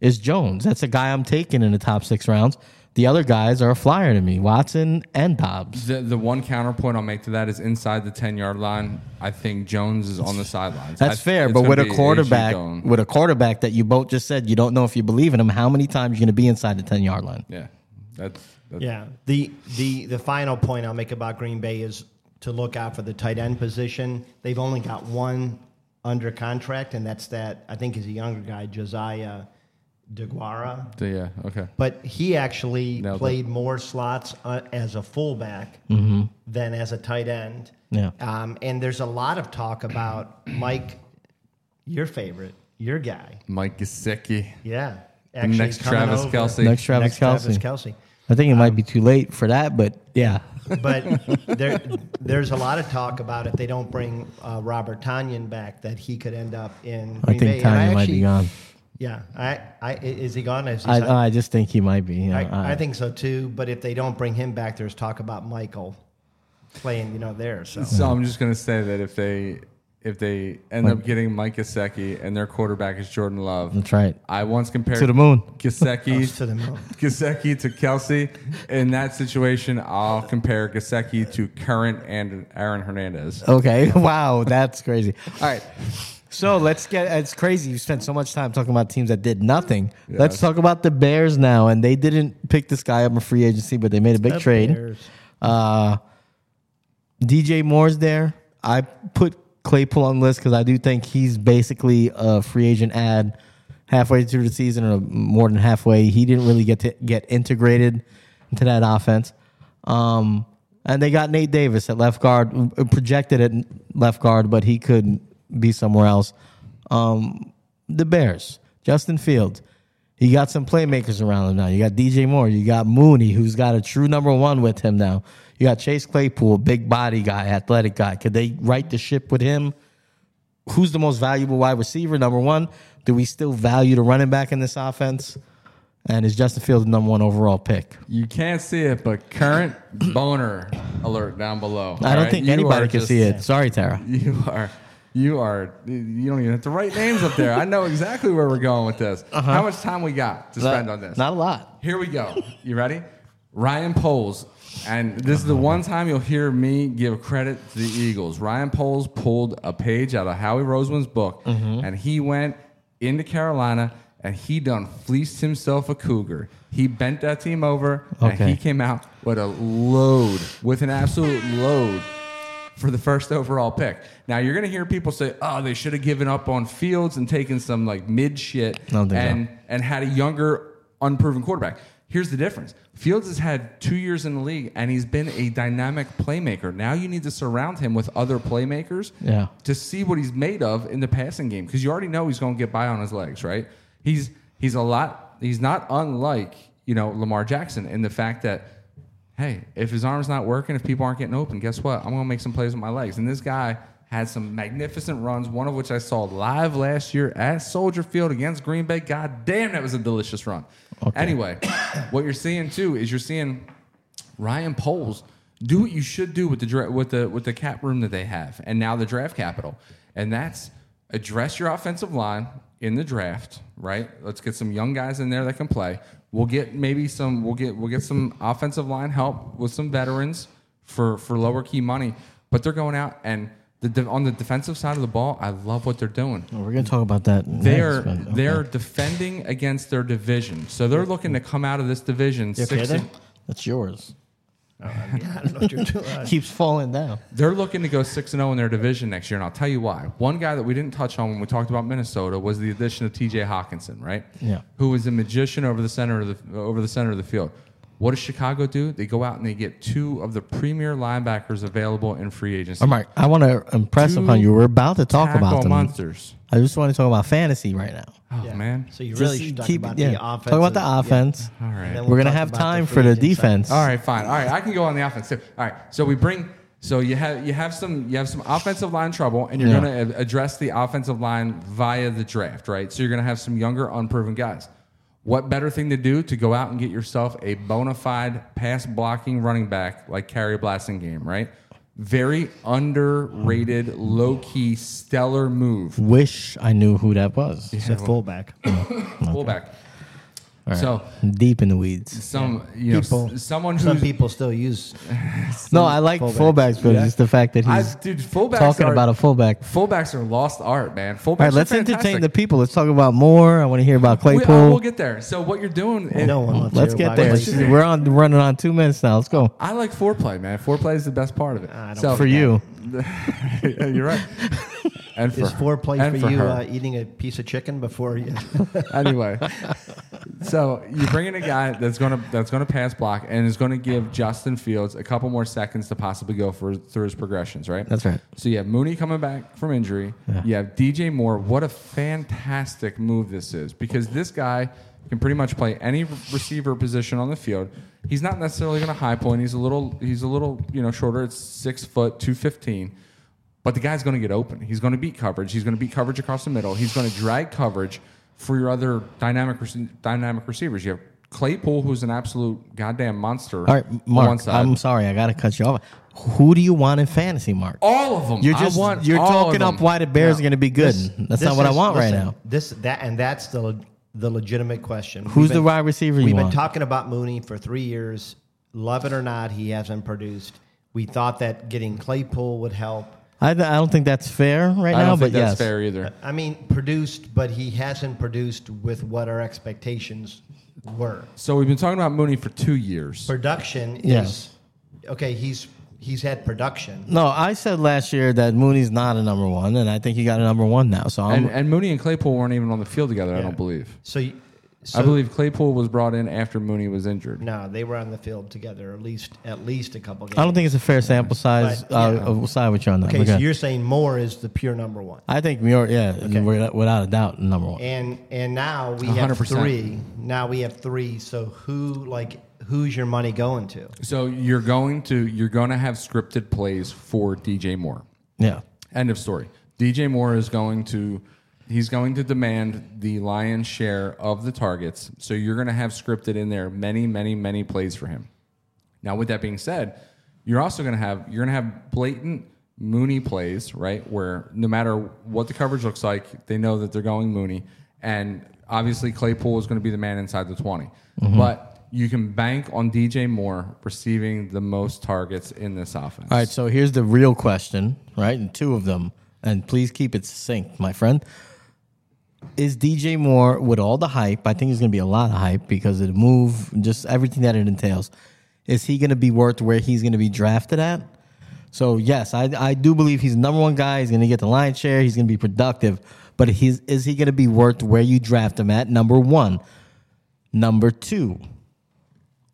A: is Jones. That's a guy I'm taking in the top six rounds. The other guys are a flyer to me, Watson and Dobbs.
C: the, the one counterpoint I'll make to that is inside the ten yard line. I think Jones is on the sidelines.
A: That's
C: I-
A: fair,
C: it's
A: but
C: gonna
A: with a
C: be AJ
A: quarterback,
C: Dillon.
A: with a quarterback that you both just said you don't know if you believe in him, how many times you're going to be inside the ten yard line?
C: yeah, that's, that's
B: Yeah. The the the final point I'll make about Green Bay is to look out for the tight end position. They've only got one under contract, and that's that I think is a younger guy, Josiah DeGuara.
C: the- yeah. Okay.
B: But he actually
C: Nailed it.
B: played more slots uh, as a fullback than as a tight
A: Mm-hmm.
B: end.
A: Yeah.
B: Um, and there's a lot of talk about Mike, your favorite, your guy.
C: Mike Gesicki.
B: Yeah.
C: The next
B: coming
C: Travis
B: over.
C: Kelsey.
A: Next Travis
B: Next Travis Um,
A: Kelsey.
B: Kelsey.
A: I think it might be too late for that, but yeah,
B: but there, there's a lot of talk about if they don't bring uh, Robert Tanyan back, that he could end up in.
A: I
B: Green
A: think
B: Bay. And
A: Tanya might be
B: actually-
A: gone.
B: Yeah, I, I, is he gone? Is he signed?
A: I, I just think he might be. you know, uh,
B: I, I think so too. But if they don't bring him back, there's talk about Michael playing, you know, there. So
C: So I'm just gonna say that if they if they end up getting Mike Gesicki and their quarterback is Jordan Love,
A: That's right.
C: I once compared
A: To the moon. Oh,
C: Gesicki
B: to the moon.
C: Gasecki to Kelsey. In that situation, I'll compare
A: Oh.
C: Gasecki to current and Aaron Hernandez.
A: Okay. Wow, that's crazy. All right. So let's get. It's crazy. You spent so much time talking about teams that did nothing. Let's talk about the Bears now, and they didn't pick this guy up in free agency, but they made a big
B: The
A: trade.
B: Bears.
A: Uh, DJ Moore's there. I put Claypool on the list because I do think he's basically a free agent ad halfway through the season or more than halfway. He didn't really get to get integrated into that offense. Um, and they got Nate Davis at left guard, uh, projected at left guard, but he could be somewhere else. Um, the Bears, Justin Fields. You got some playmakers around him now. You got DJ Moore. You got Mooney, who's got a true number one with him now. You got Chase Claypool, big body guy, athletic guy. Could they right the ship with him? Who's the most valuable wide receiver? Number one. Do we still value the running back in this offense? And is Justin Fields the number one overall pick?
C: You can't see it, but current boner alert down below.
A: I don't think anybody can see it. Sorry, Tara.
C: You are, you are, you don't even have to write names up there. I know exactly where we're going with this. How much time we got to spend on this?
A: Uh-huh. Not a lot.
C: Here we go. You ready? Ryan Poles. And this is the one time you'll hear me give credit to the Eagles. Ryan Poles pulled a page out of Howie Roseman's book,
A: Mm-hmm.
C: and he went into Carolina and he done fleeced himself a cougar. He bent that team over, and
A: Okay.
C: he came out with a load, with an absolute load for the first overall pick. Now you're gonna hear people say, "Oh, they should have given up on Fields and taken some like mid shit
A: don't think so.
C: and and had a younger, unproven quarterback." Here's the difference: Fields has had two years in the league and he's been a dynamic playmaker. Now you need to surround him with other playmakers
A: Yeah.
C: to see what he's made of in the passing game because you already know he's going to get by on his legs, right? He's he's a lot. He's not unlike you know Lamar Jackson in the fact that hey, if his arm's not working, if people aren't getting open, guess what? I'm going to make some plays with my legs. And this guy had some magnificent runs, one of which I saw live last year at Soldier Field against Green Bay. God damn, that was a delicious run. Anyway, what you're seeing too is you're seeing Ryan Poles, do what you should do with the dra- with the with the cap room that they have, and now the draft capital, and that's address your offensive line in the draft. Right, let's get some young guys in there that can play. We'll get maybe some. We'll get we'll get some offensive line help with some veterans for for lower key money, but they're going out and. The, de- on the defensive side of the ball, I love what they're doing
A: We're gonna talk about that. next,
C: they're
A: but- okay.
C: they're defending against their division, so they're looking to come out of this division.
B: You okay
C: six
B: there?
A: that's yours.
C: Oh,
B: Yeah, I don't know what you're doing.
A: Keeps falling down.
C: They're looking to go six and zero in their division next year, and I'll tell you why. One guy that we didn't touch on when we talked about Minnesota was the addition of T.J. Hawkinson, right?
A: Yeah.
C: Who was a magician over the center of the over the center of the field. What does Chicago do? They go out and they get two of the premier linebackers available in free agency.
A: All right, I want to impress
C: Two
A: upon you. We're about to talk
C: Tackle
A: about them.
C: monsters.
A: I just want to talk about fantasy right now.
C: Oh
B: Yeah.
C: man.
B: So you really should talk about
A: yeah,
B: the offense.
A: Talk about the offense.
C: All right.
A: We're gonna have time for the defense.
C: All right, fine. All right, I can go on the offense too. All right, so we bring. So you have you have some you have some offensive line trouble, and you're
A: Yeah.
C: going to address the offensive line via the draft, right? So you're going to have some younger, unproven guys. What better thing to do to go out and get yourself a bona fide pass blocking running back like Carrie Blasting game, right? Very underrated, low key, stellar move.
A: Wish I knew who that was.
B: Said fullback.
C: Fullback. So
A: Deep in the weeds.
C: some you know s-
B: People-
C: someone who's
B: Some people still use.
A: No, I like fullbacks, but
C: Yeah.
A: it's just the fact that
C: I,
A: he's
C: dude, fullbacks
A: talking
C: are-
A: about a fullback.
C: Fullbacks are lost art, man. Fullbacks.
A: All right, let's entertain the people. Let's talk about more. I want to hear about
C: We, oh,
A: Claypool.
C: we'll get there. So what you're doing? Is,
B: No one wants to
A: let's
B: hear
A: get
B: about
A: there.
B: Claypool.
A: We're on running on two minutes now. Let's go.
C: I like foreplay, man. Foreplay is the best part of it.
B: I don't
C: so
A: For you,
C: Yeah, you're right. And for
B: Is foreplay
C: and
B: for, you uh,
C: her.
B: eating a piece of chicken before you?
C: anyway, so you bring in a guy that's gonna that's gonna pass block and is gonna give Justin Fields a couple more seconds to possibly go for through his progressions, right?
A: That's right.
C: So you have Mooney coming back from injury. You have DJ Moore. What a fantastic move this is because this guy can pretty much play any re- receiver position on the field. He's not necessarily going to high point. He's a little he's a little you know shorter. It's six foot two fifteen. But the guy's going to get open. He's going to beat coverage. He's going to beat coverage across the middle. He's going to drag coverage for your other dynamic rec- dynamic receivers. You have Claypool, who's an absolute goddamn monster.
A: all right,
C: on one
A: Mark.
C: side.
A: I'm sorry, I gotta cut you off. Who do you want in fantasy, Mark?
C: all of them.
A: You're
C: Oh, I
A: just
C: want
A: you're
C: all of
A: talking
C: them.
A: up why the Bears are going to be good. That's
B: This
A: not what I
B: is-
A: want right
B: listen,
A: now.
B: This that and that's the the legitimate question.
A: Who's
B: We've
A: the wide receiver you
B: We've been
A: want?
B: talking about Mooney for three years. Love it or not, he hasn't produced. We thought that getting Claypool would help.
A: I, th- I don't think that's fair right
C: I
A: now,
C: don't
A: but
C: think that's
A: yes.
C: fair either.
B: I mean, produced, but he hasn't produced with what our expectations were.
C: So we've been talking about Mooney for two years.
B: Production is
A: Yes.
B: okay. He's he's had production.
A: No, I said last year that Mooney's not a number one, and I think he got a number one now. So I'm,
C: Um, and, and Mooney and Claypool weren't even on the field together, I don't believe.
B: So, y- so
C: I believe Claypool was brought in after Mooney was injured.
B: no, they were on the field together at least at least a couple games.
A: I don't think it's a fair sample size.
B: But,
A: uh,
B: yeah.
A: I'll side with you on that.
B: okay,
A: but go
B: so
A: ahead.
B: you're saying Moore is the pure number one,
A: I think Muir, yeah, without without a doubt, number one.
B: and and now we have
C: 100%.
B: three. Now we have three. So who like who's your money going to?
C: So you're going to you're going to have scripted plays for DJ Moore.
A: Yeah.
C: End of story. DJ Moore is going to he's going to demand the lion's share of the targets. So you're going to have scripted in there many, many, many plays for him. Now, with that being said, you're also going to have you're going to have blatant Mooney plays, right? Where no matter what the coverage looks like, they know that they're going Mooney, and obviously Claypool is going to be the man inside the 20
A: Mm-hmm.
C: But you can bank on DJ Moore receiving the most targets in this offense.
A: All right, so here's the real question, right? And two of them, and please keep it succinct, my friend. Is DJ Moore with all the hype? I think there's going to be a lot of hype because of the move, just everything that it entails. Is he going to be worth where he's going to be drafted at? So yes, I, I do believe he's the number one guy. He's going to get the lion's share. He's going to be productive, but he's is he going to be worth where you draft him at? Number one, number two.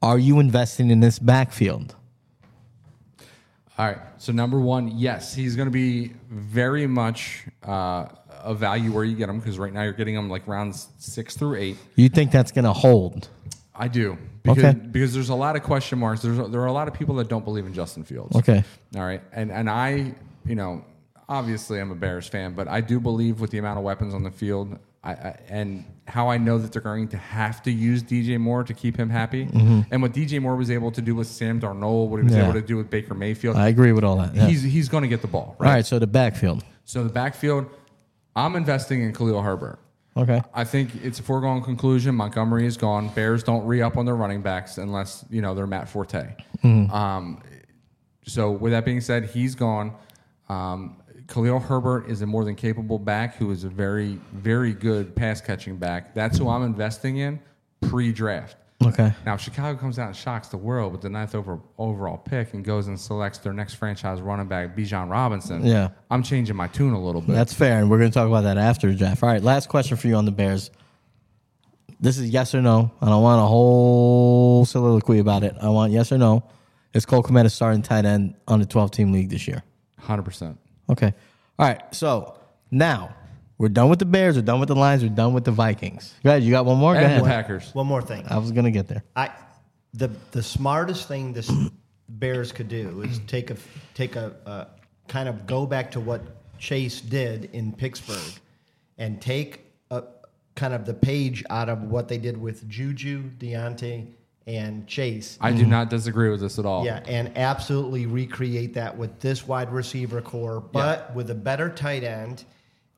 A: Are you investing in this backfield?
C: All right. So number one, yes, he's going to be very much uh, a value where you get him because right now you're getting him like rounds six through eight.
A: You think that's going to hold?
C: I do because
A: Okay.
C: because there's a lot of question marks. There's there are a lot of people that don't believe in Justin Fields.
A: Okay.
C: All right. And and I, you know, obviously I'm a Bears fan, but I do believe with the amount of weapons on the field, I, I and how I know that they're going to have to use DJ Moore to keep him happy, and what DJ Moore was able to do with Sam Darnold, what he was
A: Mm-hmm. Yeah.
C: able to do with Baker Mayfield,
A: I agree with all that. yeah.
C: he's he's going to get the ball right.
A: All right, so the backfield.
C: So the backfield, I'm investing in Khalil Herbert.
A: Okay.
C: I think it's a foregone conclusion. Montgomery is gone. Bears don't re up on their running backs unless you know they're Matt Forte. Um, so with that being said, he's gone. Um, Khalil Herbert is a more than capable back who is a very very good pass catching back. That's who I'm investing in pre draft.
A: Okay.
C: Now, if Chicago comes out and shocks the world with the ninth over, overall pick and goes and selects their next franchise running back, Bijan Robinson,
A: Yeah.
C: I'm changing my tune a little bit.
A: That's fair, and we're going to talk about that after, Jeff. All right, last question for you on the Bears. This is yes or no. I don't want a whole soliloquy about it. I want yes or no. Is Cole Komet a starting tight end on the 12 team league this year?
C: 100%.
A: Okay. All right, so now we're done with the Bears, we're done with the Lions, we're done with the Vikings. Go ahead, you got one more? Go
C: And the
A: ahead.
C: Packers.
B: One more thing.
A: I was going to get there.
B: I the the smartest thing this Bears could do is take a take a uh, kind of go back to what Chase did in Pittsburgh, and take a kind of the page out of what they did with Juju, Deontay, and Chase.
C: I do not disagree with this at all.
B: Yeah, and absolutely recreate that with this wide receiver core, but with a better tight end.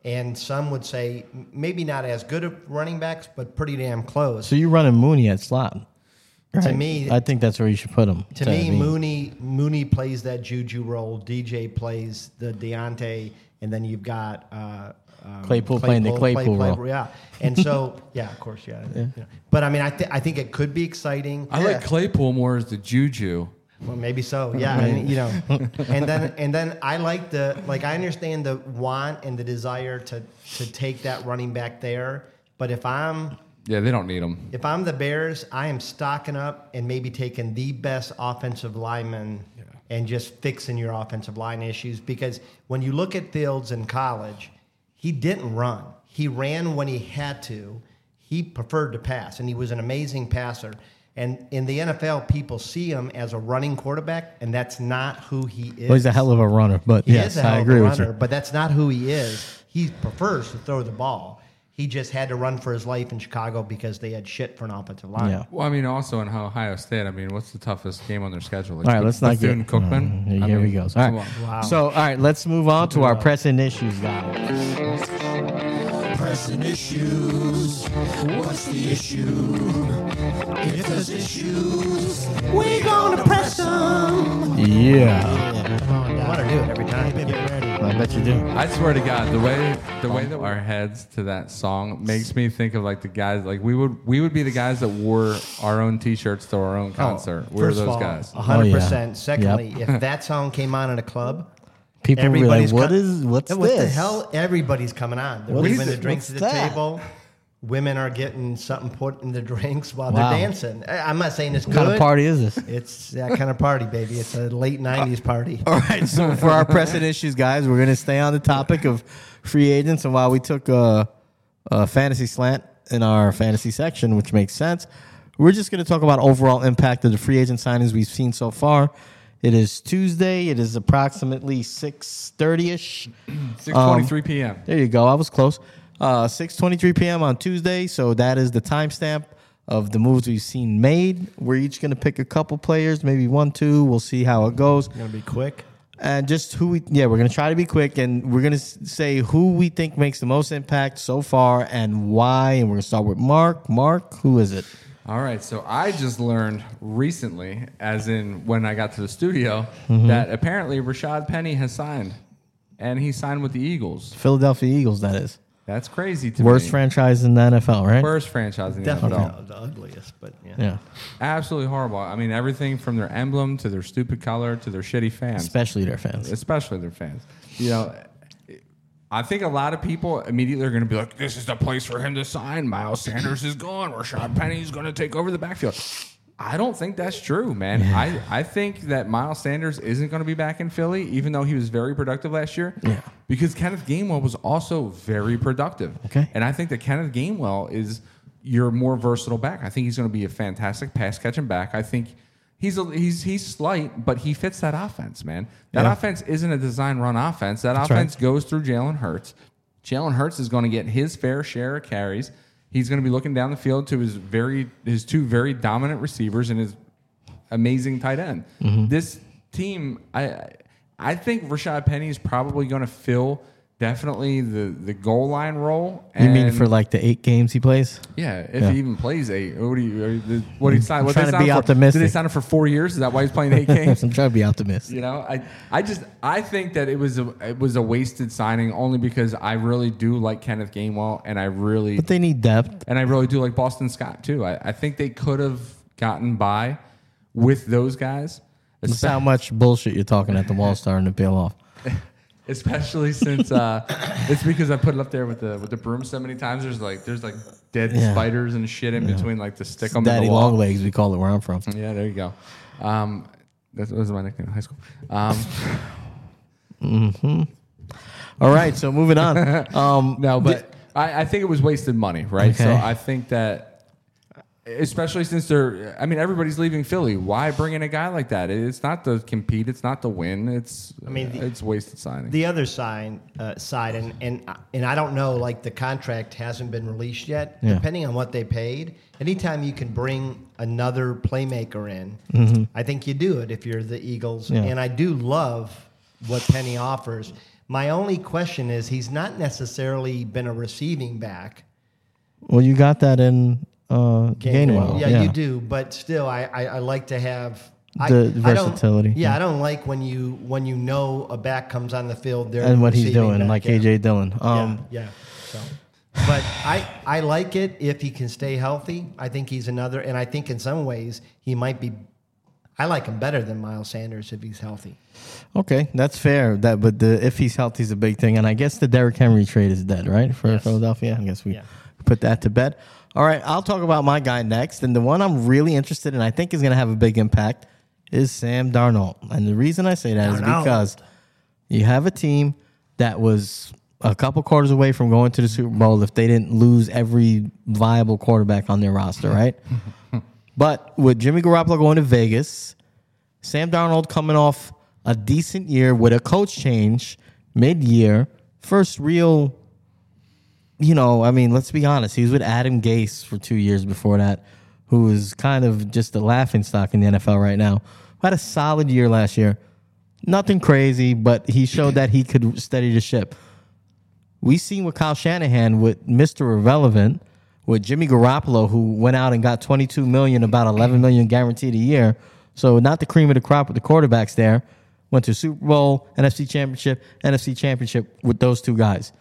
B: And some would say m- maybe not as good of running backs, but pretty damn close.
A: So you're running Mooney at slot. right?
B: me-
A: I think that's where you should put him.
B: To me, Mooney Mooney plays that Juju role. DJ plays the Deontay, and then you've got uh, um,
A: Claypool playing the Claypool role.
B: Yeah, and so yeah, of course, yeah. yeah. But I mean, I, th- I think it could be exciting.
C: I like Claypool more as the juju.
B: Well, maybe so. Yeah, and, you know, and then and then I like the like I understand the want and the desire to to take that running back there, but if I'm
C: Yeah, they don't need him.
B: if I'm the Bears, I am stocking up and maybe taking the best offensive lineman and just fixing your offensive line issues because when you look at Fields in college, he didn't run. He ran when he had to. He preferred to pass, and he was an amazing passer. And in the NFL, people see him as a running quarterback, and that's not who he is.
A: Well, he's a hell of a runner, but
B: He
A: yes,
B: is a hell
A: I
B: of
A: agree
B: a
A: with
B: runner,
A: you.
B: but that's not who he is. He prefers to throw the ball. He just had to run for his life in Chicago because they had shit for an offensive line.
A: Yeah.
C: Well, I mean, also in Ohio State, I mean, what's the toughest game on their schedule?
A: All right, let's not
C: Bethune
A: get
C: Cookman.
A: No,
C: I
A: here we
C: mean,
A: go. All right.
C: come on.
A: So, all right, let's move on to our pressing issues, guys.
D: Pressing issues. What's the issue? If there's issues, we're gonna press them.
A: Yeah.
B: I want to do it every time.
D: Get ready.
A: I bet you do.
C: I swear to God, the way the way that our heads to that song makes me think of like the guys like we would we would be the guys that wore our own T-shirts to our own concert. we were
B: First
C: those
B: of all,
C: guys.
B: 100%.
A: Oh, yeah.
B: Secondly, if that song came on in a club,
A: People would be like,
B: everybody's
A: "What
B: co-
A: is? What's
B: Yeah,
A: this?
B: what the hell? Everybody's coming on. They're
A: What
B: leaving
A: is
B: the
A: it?
B: drinks
A: What's
B: at the
A: that?
B: table. Women are getting something put in the drinks while
A: Wow.
B: they're dancing. I- I'm not saying it's
A: What kind
B: good.
A: of party is this?
B: It's that kind of party, baby. It's a late '90s party.
A: All right, so for our pressing issues, guys, we're gonna stay on the topic of free agents. And while we took a, a fantasy slant in our fantasy section, which makes sense, we're just gonna talk about overall impact of the free agent signings we've seen so far. It is Tuesday. It is approximately six thirty ish.
C: Six twenty-three p.m.
A: There you go. I was close. Uh, 6:23 p.m. on Tuesday, so that is the timestamp of the moves we've seen made. We're each going to pick a couple players, maybe one, two. We'll see how it goes,
B: Gonna be quick.
A: and just who we. Yeah, we're going to try to be quick, and we're going to say who we think makes the most impact so far and why. And we're going to start with Mark. Mark, who is it?
C: All right, so I just learned recently, as in when I got to the studio, that apparently Rashad Penny has signed, and he signed with the Eagles.
A: Philadelphia Eagles. That is
C: That's crazy to
A: worst
C: me.
A: franchise in the NFL, right?
C: Worst franchise in the
B: Definitely
C: NFL.
B: not the ugliest, but yeah.
A: Yeah,
C: Absolutely horrible. I mean, everything from their emblem to their stupid color to their shitty fans.
A: especially their fans.
C: especially their fans. You know, I think a lot of people immediately are going to be like, "This is the place for him to sign." Miles Sanders is gone. Rashad Penny's going to take over the backfield. I don't think that's true, man. I, I think that Miles Sanders isn't going to be back in Philly, even though he was very productive last year.
A: Yeah.
C: Because Kenneth Gainwell was also very productive.
A: Okay.
C: And I think that Kenneth Gainwell is your more versatile back. I think he's going to be a fantastic pass catching back. I think he's a, he's he's slight, but he fits that offense, man. That
A: Yeah.
C: offense isn't a design run offense. That
A: right.
C: offense goes through Jalen Hurts. Jalen Hurts is going to get his fair share of carries. He's going to be looking down the field to his very his two very dominant receivers and his amazing tight end.
A: Mm-hmm.
C: This team, I I think Rashad Penny is probably going to fill definitely the the goal line role.
A: You mean
C: and-
A: for like the eight games he plays?
C: yeah, if
A: Yeah.
C: he even plays eight, what do you? Or the, what do you sign? What
A: trying
C: they
A: to
C: sign
A: be
C: for?
A: optimistic.
C: Did they sign him for four years? Is that why he's playing eight games?
A: I'm trying to be optimistic.
C: You know, I I just I think that it was a it was a wasted signing only because I really do like Kenneth Gainwell and I really
A: But they need depth.
C: and I really do like Boston Scott too. I, I think they could have gotten by with those guys,
A: That's how much bullshit you're talking at the wall starting to peel off.
C: especially since uh, it's because I put it up there with the with the broom so many times. There's like there's like dead
A: Yeah.
C: spiders and shit in between like the stick on the
A: Daddy
C: wall.
A: long legs, we call it where I'm from.
C: Yeah, there you go. Um, that was my nickname in high school. Um,
A: All right, so moving on. Um,
C: no, but I, I think it was wasted money, right? So
A: Okay.
C: I think that, especially since they're, I mean, everybody's leaving Philly. Why bring in a guy like that? It's not to compete. It's not to win. It's, I
B: mean,
C: mean,
B: the-
C: it's wasted signing.
B: The other sign, uh, side, and and and I don't know. Like the contract hasn't been released yet.
A: Yeah.
B: Depending on what they paid, anytime you can bring another playmaker in, I think you do it if you're the Eagles.
A: Yeah.
B: And I do love what Penny offers. My only question is, he's not necessarily been a receiving back.
A: well, you got that in uh, Gainwell.
B: Yeah, you do. But still, I, I, I like to have I,
A: The
B: I don't-
A: versatility.
B: yeah, I don't like when you when you know a back comes on the field there
A: And what he's doing, like AJ Dillon. Um,
B: yeah, yeah. So, but I I like it if he can stay healthy. I think he's another, and I think in some ways he might be. I like him better than Miles Sanders if he's healthy.
A: Okay, that's fair. That, but the, if he's healthy is a big thing, and I guess the Derrick Henry trade is dead, right? For Philadelphia, I guess we
B: Yeah.
A: put that to bed. All right, I'll talk about my guy next, and the one I'm really interested in, I think is going to have a big impact, is Sam Darnold. And the reason I say that is
B: Darnold.
A: because you have a team that was a couple quarters away from going to the Super Bowl if they didn't lose every viable quarterback on their roster, right? But with Jimmy Garoppolo going to Vegas, Sam Darnold coming off a decent year with a coach change mid year, first real, you know, I mean, let's be honest, he was with Adam Gase for two years before that, who is kind of just a laughing stock in the NFL right now. Had a solid year last year. Nothing crazy, but he showed that he could steady the ship. We seen with Kyle Shanahan with Mr. Irrelevant, with Jimmy Garoppolo, who went out and got 22 million, about 11 million guaranteed a year. So not the cream of the crop with the quarterbacks there. went to Super Bowl, NFC Championship, NFC Championship with those two guys.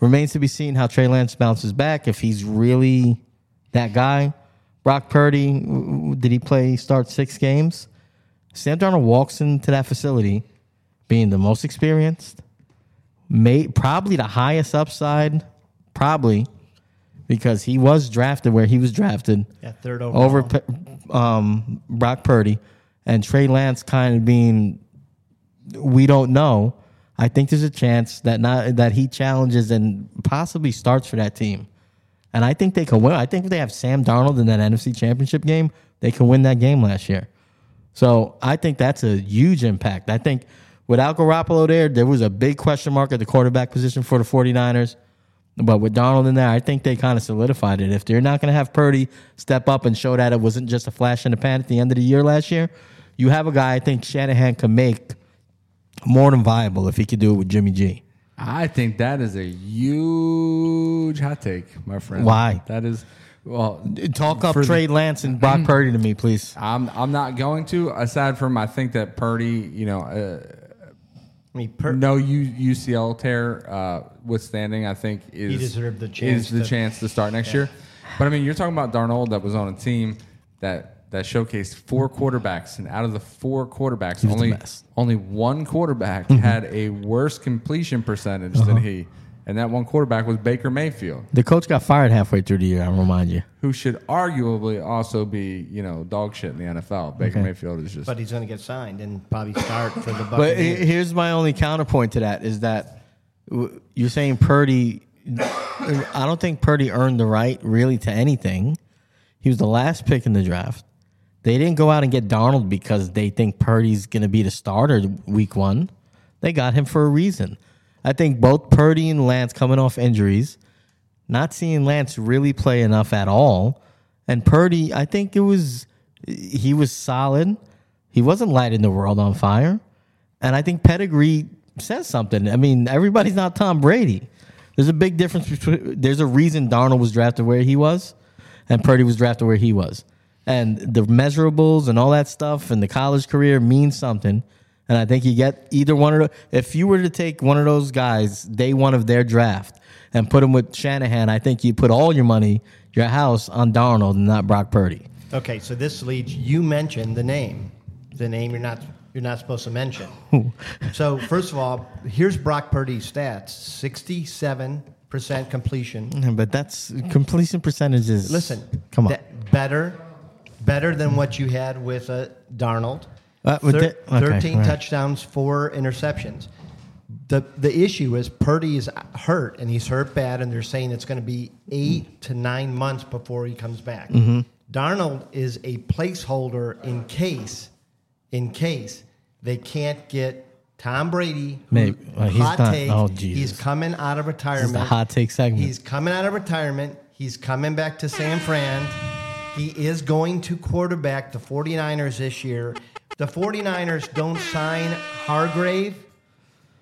A: Remains to be seen how Trey Lance bounces back if he's really that guy. Brock Purdy, w- w- did he play start six games? Sam Darnold walks into that facility, being the most experienced, may probably the highest upside, probably because he was drafted where he was drafted
B: Yeah, third overall.
A: over P- um, Brock Purdy and Trey Lance kind of being we don't know. I think there's a chance that not that he challenges and possibly starts for that team. And I think they can win. I think if they have Sam Darnold in that NFC Championship game, they can win that game last year. So I think that's a huge impact. I think without Garoppolo there, there was a big question mark at the quarterback position for the 49ers. But with Donald in there, I think they kind of solidified it. If they're not going to have Purdy step up and show that it wasn't just a flash in the pan at the end of the year last year, you have a guy I think Shanahan can make more than viable if he could do it with Jimmy G.
C: I think that is a huge hot take, my friend.
A: Why?
C: That is well.
A: Talk up
C: for the-
A: Trey Lance and Mm. Brock Purdy to me, please.
C: I'm I'm not going to. Aside from, I think that Purdy, you know, uh,
B: I mean, per-
C: no U, UCL tear uh, withstanding, I think is
B: deserved the
C: is
B: chance
C: the
B: to-
C: chance to start next year. But I mean, you're talking about Darnold that was on a team that that showcased four quarterbacks, and out of the four quarterbacks,
A: was Mm-hmm. the
C: only
A: best.
C: only one quarterback had a worse completion percentage
A: Uh-huh.
C: than he, and that one quarterback was Baker Mayfield,
A: The coach got fired halfway through the year, I'll remind you.
C: who should arguably also be you know dog shit in the NFL. Baker Mayfield is just
B: but he's going to get signed and probably start for the
A: But he-
B: Buccaneers.
A: here's my only counterpoint to that is that w- you're saying Purdy. I don't think Purdy earned the right really to anything. He was the last pick in the draft. They didn't go out and get Donald because they think Purdy's going to be the starter week one. They got him for a reason. I think both Purdy and Lance coming off injuries, not seeing Lance really play enough at all. And Purdy, I think it was he was solid. He wasn't lighting the world on fire. And I think pedigree says something. I mean, everybody's not Tom Brady. There's a big difference between there's a reason Darnold was drafted where he was and Purdy was drafted where he was. And the measurables and all that stuff and the college career means something. And I think you get either one of the, if you were to take one of those guys day one of their draft and put them with Shanahan, I think you put all your money, your house on Darnold and not Brock Purdy.
B: okay, so this leads. You mentioned the name, the name you're not you're not supposed to mention. so first of all, here's Brock Purdy's stats: sixty-seven percent completion.
A: But that's completion percentages.
B: Listen,
A: come on.
B: that- better, better than what you had with uh, Darnold.
A: Uh, with
B: Thir-
A: the- okay,
B: Thirteen
A: right.
B: touchdowns, four interceptions. The the issue is Purdy is hurt and he's hurt bad, and they're saying it's going to be eight to nine months before he comes back.
A: Mm-hmm.
B: Darnold is a placeholder in case, in case they can't get. Tom Brady, who-
A: Maybe. Well, he's
B: hot
A: not-
B: take,
A: oh,
B: he's
A: Jesus.
B: coming out of retirement.
A: This is the hot take segment.
B: He's coming out of retirement. He's coming back to San Fran. He is going to quarterback the 49ers this year. The 49ers don't sign Hargrave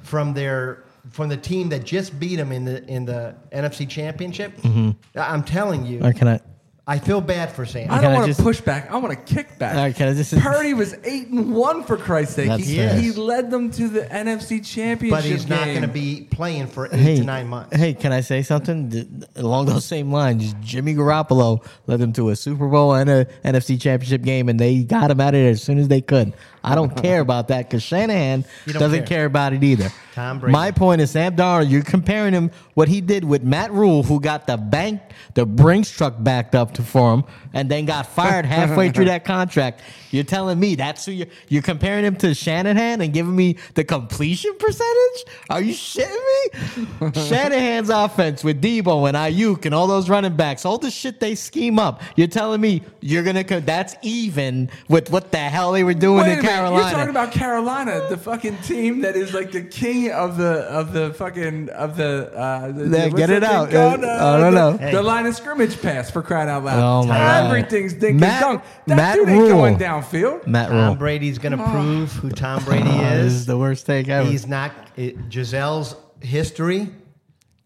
B: from their from the team that just beat him in the in the NFC Championship.
A: Mm-hmm.
B: I- I'm telling you,
A: Or can I?
B: I feel bad for Sam.
C: I
A: Can
C: don't
A: I
C: want
A: just-
C: to push back. I want to kick back.
A: All right, can I just-
C: Purdy was eight and one for Christ's sake.
A: That's
C: He,
A: fair.
C: he led them to the NFC Championship.
B: but he's not
C: game.
B: going to be playing for eight
A: hey,
B: to nine months.
A: Hey, can I say something D- along those same lines? Jimmy Garoppolo led them to a Super Bowl and a NFC Championship game, and they got him out of there as soon as they could. I don't care about that because Shanahan
B: You don't
A: doesn't care.
B: care.
A: about it either.
B: Tom Brady.
A: My point is Sam Darnold. You're comparing him what he did with Matt Rule, who got the bank, the Brinks truck backed up to for him, and then got fired halfway through that contract. You're telling me that's who you're you're comparing him to Shanahan and giving me the completion percentage? Are you shitting me? Shanahan's offense with Debo and Ayuk and all those running backs, all the shit they scheme up. You're telling me you're gonna co- that's even with what the hell they were doing
C: Wait a
A: in
C: minute,
A: Carolina.
C: You're talking about Carolina, the fucking team that is like the king of the of the fucking of the. Uh, the
A: Yeah,
C: what's
A: get it
C: that thing
A: out.
C: called?
A: Uh,
C: Uh,
A: I don't
C: the-
A: know.
C: The line of scrimmage pass for crying out
A: Oh,
C: loud!
A: my God.
C: Everything's dink
A: Matt-
C: and dunk. That
A: Matt
C: dude ain't
A: Rule.
C: going downfield.
A: Matt Rule.
B: Tom Brady's going to
C: Oh.
B: prove who Tom Brady
A: Oh, this
B: is.
A: is the worst take ever.
B: He's not it, Giselle's history.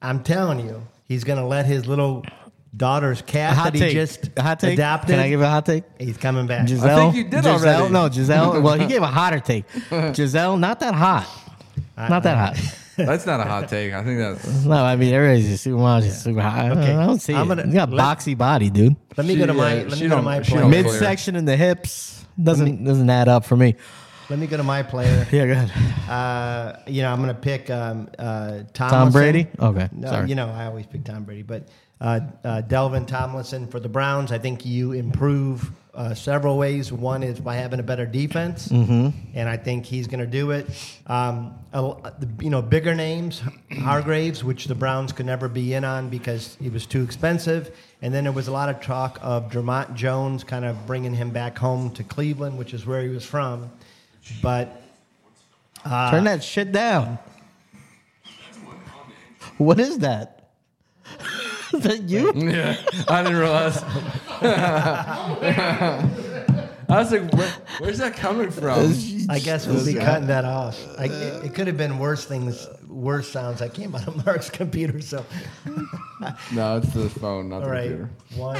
B: I'm telling you, he's going to let his little daughter's cat
A: hot
B: that
A: take.
B: he just
A: A hot take.
B: adopted.
A: Can I give a hot take?
B: He's coming back.
A: Giselle.
C: you did
A: Giselle,
C: already.
A: No, Giselle. Well, he gave a hotter take. Giselle, not that hot. Not that hot.
C: That's not a hot take. I think that's.
A: No, I mean everybody's just super, well, she's super hot. I
B: Okay.
A: don't- I don't see
B: I'm
A: it.
B: gonna-
A: you got
B: let-
A: boxy body, dude.
B: let me
C: She,
B: go to
C: uh,
B: my. let
C: she
B: me go to
C: don't-
B: my
C: she
B: player.
C: don't- Mid-
A: Midsection and the hips doesn't doesn't add up for me.
B: let me go to my player.
A: Yeah, go ahead.
B: Uh, you know, I'm going to pick um, uh, Tomlinson.
A: Tom Brady. Okay,
B: No,
A: sorry.
B: you know, I always pick Tom Brady, but uh, uh, Delvin Tomlinson for the Browns. I think you improve uh, several ways. One is by having a better defense,
A: Mm-hmm.
B: and I think he's going to do it. Um, a l- uh, the- you know, bigger names, Hargraves, which the Browns could never be in on because he was too expensive. And then there was a lot of talk of Dermont Jones kind of bringing him back home to Cleveland, which is where he was from. But
A: Turn that shit down. What is that? is that you?
C: Yeah, I didn't realize. I was like, Where, "Where's that coming from?"
B: I guess we'll be cutting that off. I, it, it could have been worse things, worse sounds that came out of Mark's computer. So,
C: No, it's the phone, not
B: all
C: the
B: right,
C: computer.
B: one.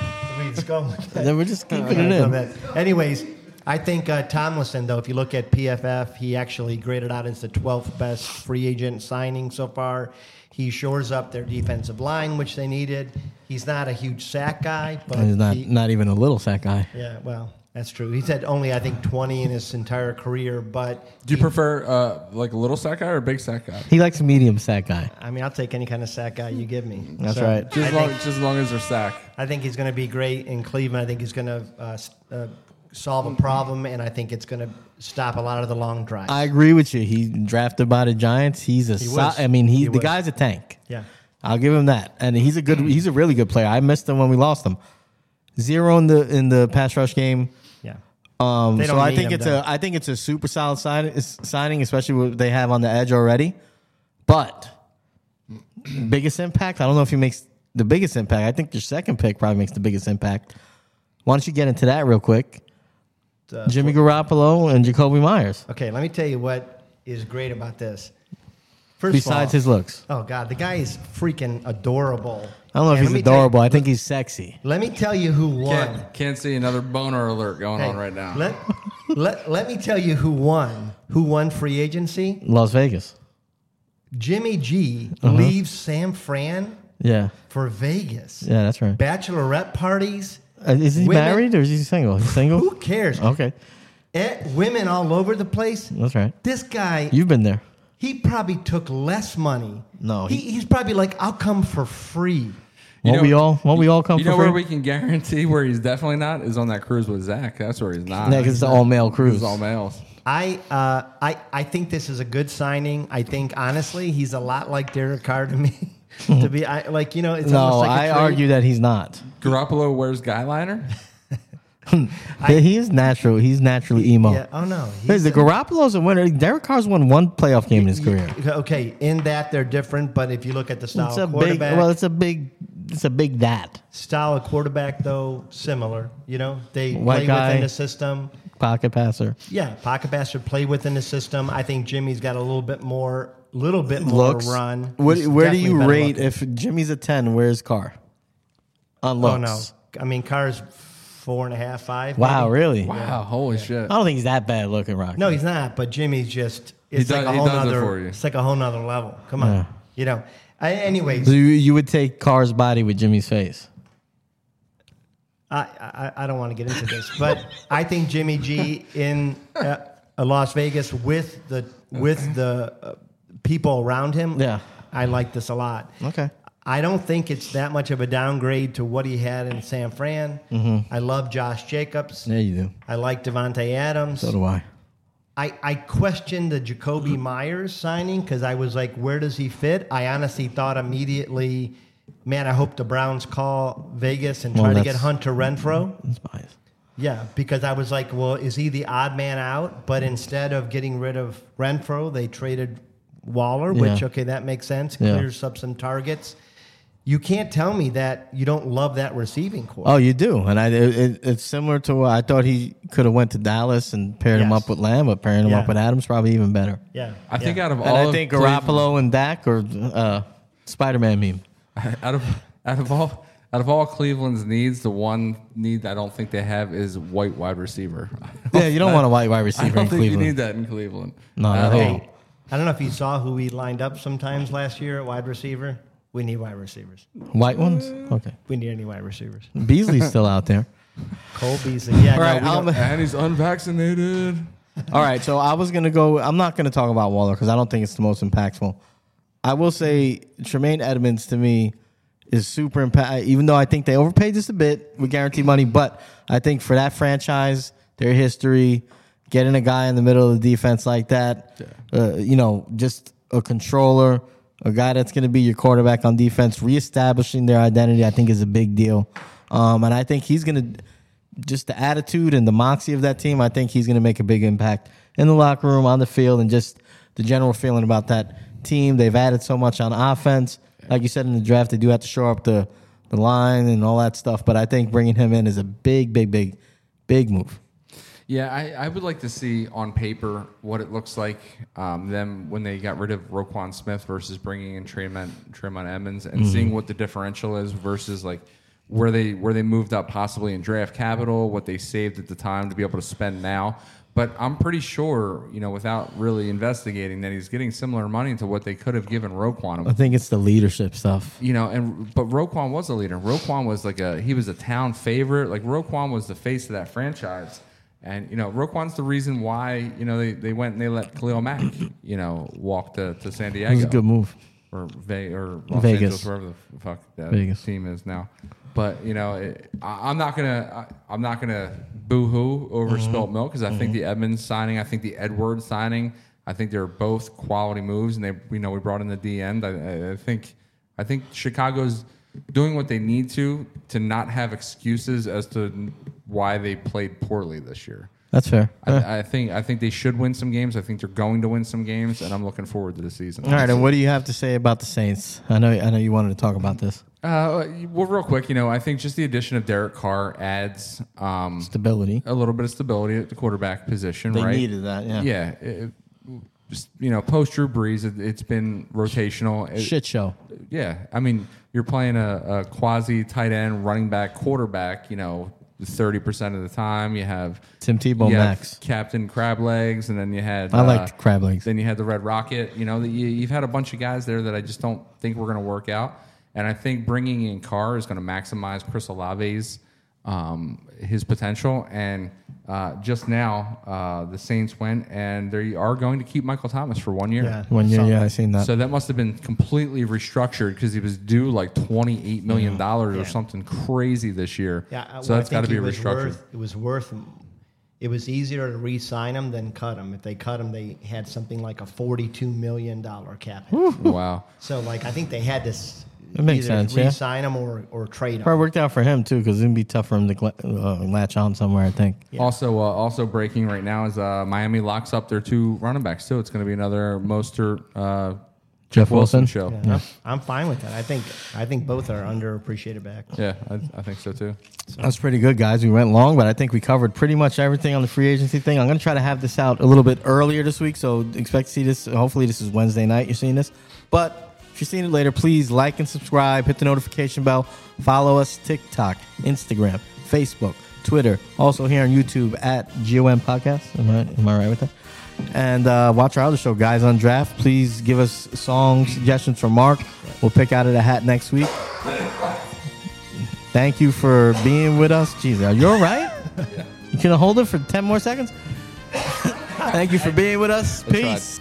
B: I mean, it's going with that.
A: Then we're just keeping it
B: Go
A: in.
B: back. Anyways, I think uh, Tomlinson, though, if you look at PFF, he actually graded out as the 12th best free agent signing so far. He shores up their defensive line, which they needed. He's not a huge sack guy, but
A: He's not
B: he-
A: not even a little sack guy.
B: yeah, well, that's true. He's had only I think 20 in his entire career, but
C: Do you prefer uh, like a little sack guy or a big sack guy?
A: He likes medium sack guy.
B: I mean, I'll take any kind of sack guy you give me.
A: That's right.
C: Just,
B: I
C: long,
B: think,
C: just as long as they're sack.
B: I think he's going to be great in Cleveland. I think he's going to uh, s- uh, solve a problem, and I think it's going to stop a lot of the long drives.
A: I agree with you. He drafted by the Giants. He's a. sol-
B: was.
A: I mean, he,
B: He
A: the
B: was. Mm.
A: guy's a tank.
B: yeah.
A: I'll give him that. And he's a good. He's a really good player. I missed him when we lost him. Zero in the in the pass rush game.
B: Yeah.
A: Um,
B: They
A: so
B: don't
A: I
B: need
A: think
B: him,
A: it's
B: though.
A: a I think it's a super solid sign, is- signing, especially what they have on the edge already. But biggest impact, I don't know if he makes the biggest impact. I think your second pick probably makes the biggest impact. Why don't you get into that real quick?
B: Uh,
A: Jimmy Garoppolo and Jacoby Myers.
B: Okay, let me tell you what is great about this. First
A: Besides
B: of
A: his looks,
B: all, oh god, the guy is freaking adorable.
A: I don't know
B: And
A: if he's
B: let me tell you-
A: adorable. I think he's sexy.
B: let me tell you who won.
C: Can't, can't see another boner alert going
B: Hey,
C: on right now.
B: Let, let, let me tell you who won. Who won free agency?
A: Las Vegas.
B: Jimmy G
A: Uh-huh.
B: leaves San Fran
A: Yeah,
B: for Vegas.
A: yeah, that's right.
B: Bachelorette parties.
A: Uh, Is he
B: Women-
A: married or is he single? He's single.
B: Who cares?
A: Okay,
B: Eh, women all over the place.
A: that's right.
B: This guy,
A: You've been there.
B: he probably took less money.
A: No,
B: he,
A: he-
B: he's probably like, I'll come for free.
A: Won't we all? Won't we all come?
C: You
A: for
C: know
A: free?
C: where we can guarantee where he's definitely not is on that cruise with Zach. That's where he's not.
A: Yeah, 'cause it's an all-male cruise.
C: It's all males.
B: I, uh, I, I think this is a good signing. I think honestly, he's a lot like Derek Carr to me. to be I, like, you know, it's
A: No,
B: almost like
A: I
B: a trade.
A: argue that he's not.
C: Garoppolo wears guy liner.
A: That he is natural. He's naturally emo.
B: Yeah. Oh no.
A: Hey, the Garoppolo's a winner. Derek Carr's won one playoff game in his career.
B: Okay, in that they're different, but if you look at the style
A: It's a
B: of
A: big.
B: quarterback,
A: Well, it's a big. It's a big that
B: style of quarterback though similar. You know, they
A: White
B: play
A: guy.
B: within the system.
A: pocket passer.
B: Yeah, pocket pass should play within the system. I think Jimmy's got a little bit more, little bit more
A: Looks.
B: run.
A: What,
B: He's
A: where do
B: definitely
A: you
B: better
A: rate
B: looking.
A: if Jimmy's a ten? Where's Carr? On
B: Oh
A: looks.
B: no, I mean Carr's four and a half, five.
A: Wow,
B: maybe.
A: really?
C: Wow, holy shit.
B: Uh,
A: I don't think he's that bad looking, Rock.
B: No, he's not. But Jimmy's just it's
C: does-
B: like a
C: he
B: whole
C: does it
B: other.
C: for you.
B: It's like a whole nother level. Come on,
A: Yeah.
B: you know. I,
A: So
B: anyways,
A: you, you would take Carr's body with Jimmy's face.
B: I, I I don't want to get into this, but I think Jimmy G in uh, uh, Las Vegas with the with the uh, people around him.
A: Yeah.
B: I like this a lot.
A: Okay.
B: I don't think it's that much of a downgrade to what he had in San Fran. I love Josh Jacobs.
A: Mm-hmm. Yeah, you do.
B: I like Devontae Adams.
A: So do I.
B: I, I questioned the Jacoby Myers signing because I was like, where does he fit? I honestly thought immediately, man, I hope the Browns call Vegas and
A: Well,
B: try to get
A: that's-
B: Hunter Renfro.
A: That's biased.
B: Yeah, because I was like, well, is he the odd man out? But instead of getting rid of Renfro, they traded Waller, which,
A: Yeah.
B: okay, that makes sense,
A: Yeah.
B: clears up some targets. You can't tell me that you don't love that receiving core.
A: Oh, you do, and I it, it- it's similar to what I thought he could have went to Dallas and paired him
B: Yes.
A: up with Lamb, but pairing him
B: Yeah.
A: up with Adams probably even better.
B: yeah.
C: I think
B: yeah.
C: out of all
A: And I
C: of
A: think
C: Cleveland-
A: Garoppolo and Dak or uh, Spider Man meme.
C: out of out of all out of all Cleveland's needs, the one need I don't think they have is white wide receiver.
A: Yeah, you Uh, don't want a white wide
C: I
A: receiver
C: don't
A: in
C: think you need
A: Cleveland.
C: that in Cleveland.
A: No,
C: at
A: no,
C: all.
A: they-
B: Hey, I don't know if you saw who we lined up sometimes last year at wide receiver. We need wide receivers.
A: White ones? Okay.
B: We need any wide receivers.
A: Mm. Beasley's still out there.
B: Cole Beasley. Yeah,
A: All
B: no,
A: right,
B: we
A: I'll-
B: don't-
C: and he's unvaccinated.
A: All right, so I was gonna go. I'm not gonna talk about Waller because I don't think it's the most impactful. I will say Tremaine Edmonds to me is super impact. Even though I think they overpaid just a bit with guarantee money, but I think for that franchise, their history, getting a guy in the middle of the defense like that, uh, you know, just a controller, a guy that's gonna be your quarterback on defense, reestablishing their identity, I think is a big deal. Um, and I think he's gonna just the attitude and the moxie of that team, I think he's going to make a big impact in the locker room, on the field, and just the general feeling about that team. They've added so much on offense. Like you said in the draft, they do have to shore up the, the line and all that stuff. But I think bringing him in is a big, big, big, big move.
C: Yeah, I, I would like to see on paper what it looks like um, them when they got rid of Roquan Smith versus bringing in Tremont Tremont Edmonds and seeing what the differential is versus like where they where they moved up possibly in draft capital, what they saved at the time to be able to spend now. But I'm pretty sure, you know, without really investigating, that he's getting similar money to what they could have given Roquan.
A: I think it's the leadership stuff.
C: you know, and but Roquan was a leader. Roquan was like a he was a town favorite. Like Roquan was the face of that franchise, and you know Roquan's the reason why you know they, they went and they let Khalil Mack you know walk to, to San Diego
A: It was a good move.
C: or Ve- or Los
A: Vegas.
C: Angeles, wherever the fuck that
A: Vegas.
C: team is now. But you know, it, I, I'm not gonna I, I'm not gonna boo-hoo over
A: Mm-hmm.
C: spilt milk because I think the Edmonds signing, I think the Edward signing, I think they're both quality moves, and they you know we brought in the D end. I, I- I think I think Chicago's doing what they need to to not have excuses as to why they played poorly this year.
A: That's fair.
C: I, I think I think they should win some games. I think they're going to win some games, and I'm looking forward to the season.
A: all right, and what do you have to say about the Saints? I know, I know you wanted to talk about this
C: Uh, well, real quick, you know, I think just the addition of Derek Carr adds um,
A: stability.
C: a little bit of stability at the quarterback position,
A: They
C: right?
A: needed that. Yeah.
C: yeah. it- just, you know, post Drew Brees, it, it's been rotational. It-
A: Shit show.
C: yeah, I mean, you're playing a, a quasi tight end, running back, quarterback. You know, thirty percent of the time, you have
A: Tim Tebow
C: you have
A: Max.
C: Captain Crab Legs, and then you had uh,
A: I liked Crab Legs.
C: Then you had the Red Rocket. You know, that you, you've had a bunch of guys there that I just don't think we're going to work out. And I think bringing in Carr is going to maximize Chris Olave's um, his potential. And uh, just now, uh, the Saints went and they are going to keep Michael Thomas for one year.
B: yeah,
A: When you,
B: so-
A: yeah, I seen that.
C: So that must have been completely restructured because he was due like twenty eight million dollars or something crazy this year.
B: Yeah, I-
C: so
B: well, I
C: that's got to be
B: think it was
C: restructured.
B: worth- It was worth. It was easier to re-sign him than cut him. If they cut him, they had something like a forty-two million dollar cap. hit.
C: wow.
B: So, like, I think they had to s-
A: That makes
B: either
A: sense, yeah.
B: re-sign him or or trade him.
A: Probably worked out for him too, because it'd be tough for him to gla- uh, latch on somewhere. I think.
C: Also, uh, also breaking right now is uh, Miami locks up their two running backs. So it's going to be another Mostert uh,
A: Jeff Wilson?
C: show.
B: Yeah, I'm I'm fine with that. I think I think both are underappreciated backs.
C: Yeah, I, I think so too.
A: That's pretty good, guys. We went long, but I think we covered pretty much everything on the free agency thing. I'm going to try to have this out a little bit earlier this week, so expect to see this. Hopefully, this is Wednesday night. You're seeing this, but if you're seeing it later, please like and subscribe, hit the notification bell, follow us TikTok, Instagram, Facebook, Twitter, also here on YouTube at GOM Podcast. Am I am I right with that? And uh, watch our other show, guys, on draft. Please give us song suggestions for Mark. We'll pick out of the hat next week. Thank you for being with us. Jeez, are you all right? You can hold it for 10 more seconds? Thank you for being with us.
C: tried.
A: Peace.